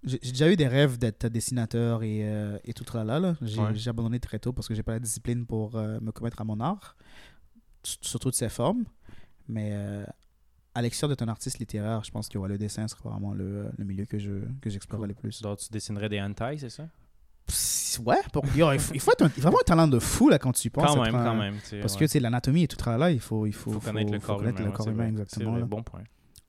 Speaker 1: j'ai j'ai déjà eu des rêves d'être dessinateur et, euh, et tout tralala, là. J'ai
Speaker 2: Ouais.
Speaker 1: j'ai abandonné très tôt parce que j'ai pas la discipline pour euh, me commettre à mon art, s- sur toutes ses formes. Mais euh, à l'extérieur d'être un artiste littéraire, je pense que ouais, le dessin serait vraiment le, euh, le milieu que je que j'explorerais le plus.
Speaker 2: genre, tu dessinerais des hentai, c'est ça?
Speaker 1: Pss, Ouais, pour- yo, il faut, il faut être un- vraiment un talent de fou là quand tu y penses.
Speaker 2: quand
Speaker 1: être
Speaker 2: même,
Speaker 1: un-
Speaker 2: quand même. tu sais,
Speaker 1: Parce
Speaker 2: ouais.
Speaker 1: que c'est l'anatomie et tout là, il faut il faut,
Speaker 2: faut, connaître le
Speaker 1: faut
Speaker 2: corps
Speaker 1: connaître
Speaker 2: humain.
Speaker 1: le
Speaker 2: ouais,
Speaker 1: corps
Speaker 2: c'est
Speaker 1: humain,
Speaker 2: vrai.
Speaker 1: exactement.
Speaker 2: C'est
Speaker 1: là.
Speaker 2: vrai, bon point.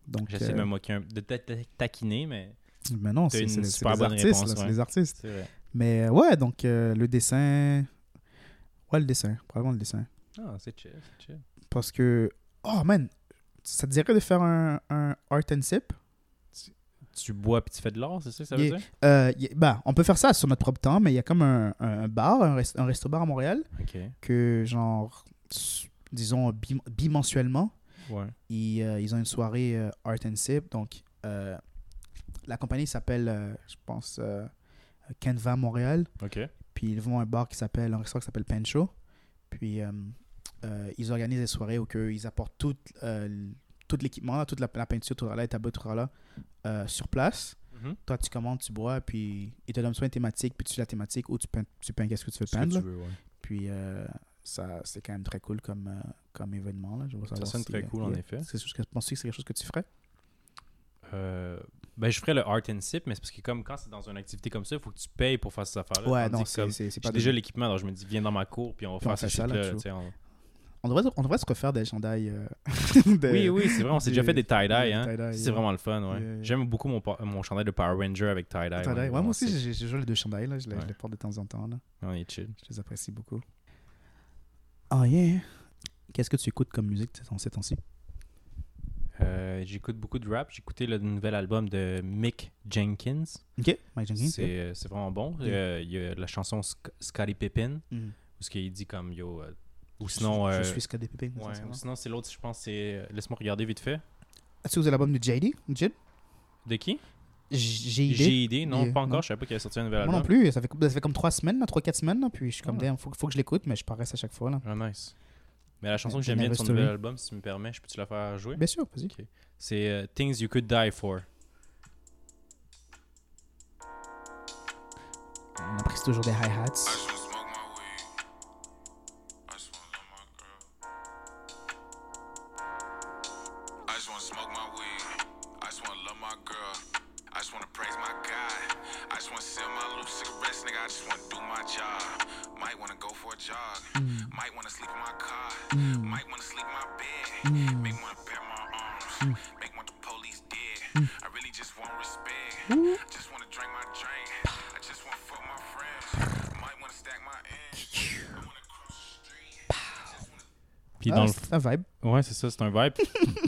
Speaker 1: Donc
Speaker 2: J'essaie de
Speaker 1: euh,
Speaker 2: me moquer un... de ta- ta- taquiner, mais
Speaker 1: mais non,
Speaker 2: T'as
Speaker 1: c'est
Speaker 2: une
Speaker 1: c'est- c'est
Speaker 2: super
Speaker 1: les
Speaker 2: bonne
Speaker 1: artistes,
Speaker 2: réponse,
Speaker 1: là, c'est
Speaker 2: ouais.
Speaker 1: les artistes.
Speaker 2: c'est vrai.
Speaker 1: Mais euh, ouais, donc euh, le dessin Ouais, le dessin, probablement le dessin
Speaker 2: Ah, c'est chill, c'est chill.
Speaker 1: parce que oh man, ça te dirait de faire un, un art and sip
Speaker 2: Tu bois puis tu fais de l'art, c'est ça que ça
Speaker 1: Yeah.
Speaker 2: veut dire?
Speaker 1: Euh, y- bah, on peut faire ça sur notre propre temps, mais il y a comme un, un bar, un, rest- un resto-bar à Montréal
Speaker 2: OK,
Speaker 1: que genre s- disons bim- bimensuellement
Speaker 2: ouais.
Speaker 1: ils, euh, ils ont une soirée euh, Art and Sip. Donc, euh, la compagnie s'appelle, euh, je pense, euh, Canva Montréal.
Speaker 2: OK,
Speaker 1: Puis ils vont à un bar qui s'appelle, un restaurant qui s'appelle Pancho. Puis euh, euh, ils organisent des soirées où que ils apportent tout, euh, l- tout l'équipement, là, toute la, la peinture, tout là, les tableaux, tout là, euh, sur place.
Speaker 2: Mhm.
Speaker 1: Toi, tu commandes, tu bois, puis ils te donnent soit une thématique, puis tu fais la thématique, ou tu peins, tu peins qu'est-ce que tu veux
Speaker 2: ce que
Speaker 1: peindre. là.
Speaker 2: tu veux, ouais.
Speaker 1: Puis euh, ça, c'est quand même très cool comme, euh, comme événement. Là. Je veux
Speaker 2: Ça
Speaker 1: savoir
Speaker 2: sonne
Speaker 1: si,
Speaker 2: très
Speaker 1: euh,
Speaker 2: cool, en effet.
Speaker 1: C'est quelque chose que- Penses-tu que c'est quelque chose que tu ferais
Speaker 2: Euh, ben, je ferais le art and sip, mais c'est parce que comme quand c'est dans une activité comme ça, il faut que tu payes pour faire ces affaires-là.
Speaker 1: Ouais,
Speaker 2: Tandis
Speaker 1: non,
Speaker 2: que
Speaker 1: c'est
Speaker 2: comme
Speaker 1: c'est- c'est
Speaker 2: J'ai
Speaker 1: pas
Speaker 2: déjà
Speaker 1: des-
Speaker 2: l'équipement, alors je me dis, viens dans ma cour, puis on va
Speaker 1: Puis on
Speaker 2: faire
Speaker 1: fait
Speaker 2: ces
Speaker 1: ça, là,
Speaker 2: shit-là.
Speaker 1: toujours.
Speaker 2: tu sais, on-
Speaker 1: on, devrait, on devrait se refaire des chandails. euh, de-
Speaker 2: Oui, oui, c'est vrai, on s'est déjà fait des tie-dye.
Speaker 1: des
Speaker 2: Hein.
Speaker 1: tie-dye,
Speaker 2: Ça, c'est
Speaker 1: yeah.
Speaker 2: vraiment le fun, ouais.
Speaker 1: Yeah, yeah.
Speaker 2: J'aime beaucoup mon, pa- mon chandail de Power Ranger avec tie-dye.
Speaker 1: Attends, ouais,
Speaker 2: vraiment,
Speaker 1: moi aussi,
Speaker 2: c'est-
Speaker 1: j'ai- j'ai toujours les deux chandails. Là. Je, les, je
Speaker 2: Ouais.
Speaker 1: les porte de temps en temps. Là.
Speaker 2: On est chill.
Speaker 1: Je les apprécie beaucoup. Oh yeah. Qu'est-ce que tu écoutes comme musique ces temps- ces temps-ci
Speaker 2: Euh, J'écoute beaucoup de rap. J'ai écouté le nouvel album de Mick Jenkins.
Speaker 1: Ok, Mike Jenkins.
Speaker 2: C'est euh, c'est vraiment bon.
Speaker 1: Yeah.
Speaker 2: Euh, Il y a la chanson Sc- Scotty Pippin,
Speaker 1: yeah. Mhm.
Speaker 2: où ce qu'il dit comme yo. euh, ou
Speaker 1: Je-
Speaker 2: sinon.
Speaker 1: Je,
Speaker 2: euh,
Speaker 1: suis SKDPP.
Speaker 2: ouais, ou sinon, c'est l'autre, je pense, c'est. euh, Laisse-moi regarder vite fait.
Speaker 1: As-tu vous l'album de JD Jid
Speaker 2: De qui
Speaker 1: JD.
Speaker 2: J'ai Non,
Speaker 1: Yeah,
Speaker 2: pas encore.
Speaker 1: non.
Speaker 2: Je savais pas qu'il avait sorti un nouvel
Speaker 1: Moi
Speaker 2: album.
Speaker 1: non plus, ça fait, ça fait comme 3 semaines, 3-4 semaines, là, puis je suis comme,
Speaker 2: hein. Ah Ouais.
Speaker 1: damn, faut, faut que je l'écoute, mais je paraisse à chaque fois. Là.
Speaker 2: Ah, nice. Mais la chanson que
Speaker 1: The
Speaker 2: j'aime bien de
Speaker 1: Never
Speaker 2: son
Speaker 1: Story. Ben-
Speaker 2: nouvel album, si tu me permets, je peux-tu la faire jouer?
Speaker 1: Bien sûr, vas-y.
Speaker 2: Ok. C'est euh, Things You Could Die For.
Speaker 1: On apprécie toujours des hi-hats.
Speaker 4: just wanna smoke my weed. I just wanna love my girl. I just wanna smoke my weed. I just wanna love my girl. I just wanna praise my God. I just wanna sell my loose cigarettes, nigga. I just wanna do my job. Might wanna go for a jog. Might wanna sleep in my car. Might wanna sleep in my bed. Make wanna pair my arms. Make want the police dead. I really just want respect. Just wanna drink my drink. I just wanna fuck my friends. Might wanna stack my ends. I wanna cross the street. I just wanna
Speaker 2: Puis
Speaker 1: Ah,
Speaker 2: dans le
Speaker 1: c'est un vibe.
Speaker 2: Ouais, c'est ça, c'est un vibe.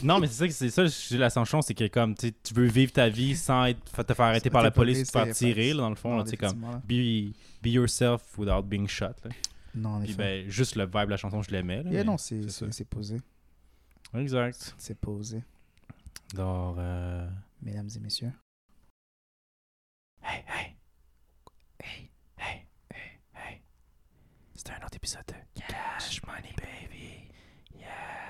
Speaker 2: non, mais c'est ça, que- c'est ça le sujet de la chanson, c'est que comme tu sais, tu veux vivre ta vie sans être, fa- te faire arrêter
Speaker 1: Sans
Speaker 2: par la
Speaker 1: être épaulé,
Speaker 2: police, te faire
Speaker 1: c'est-
Speaker 2: tirer, là, dans le fond,
Speaker 1: Non,
Speaker 2: là, tu sais, comme
Speaker 1: Ah, effectivement, là.
Speaker 2: be, be yourself without being shot. là.
Speaker 1: Non, en
Speaker 2: Puis
Speaker 1: effet.
Speaker 2: ben, juste le vibe de la chanson, je l'aimais. là,
Speaker 1: Yeah,
Speaker 2: mais-
Speaker 1: Eh non, c'est
Speaker 2: c'est
Speaker 1: c'est- c'est posé.
Speaker 2: Exact.
Speaker 1: C'est posé,
Speaker 2: Alors, euh,
Speaker 1: mesdames et messieurs.
Speaker 2: hey, hey. Hey, hey, hey, hey. C'était un autre épisode de Cash Money Baby. Yeah.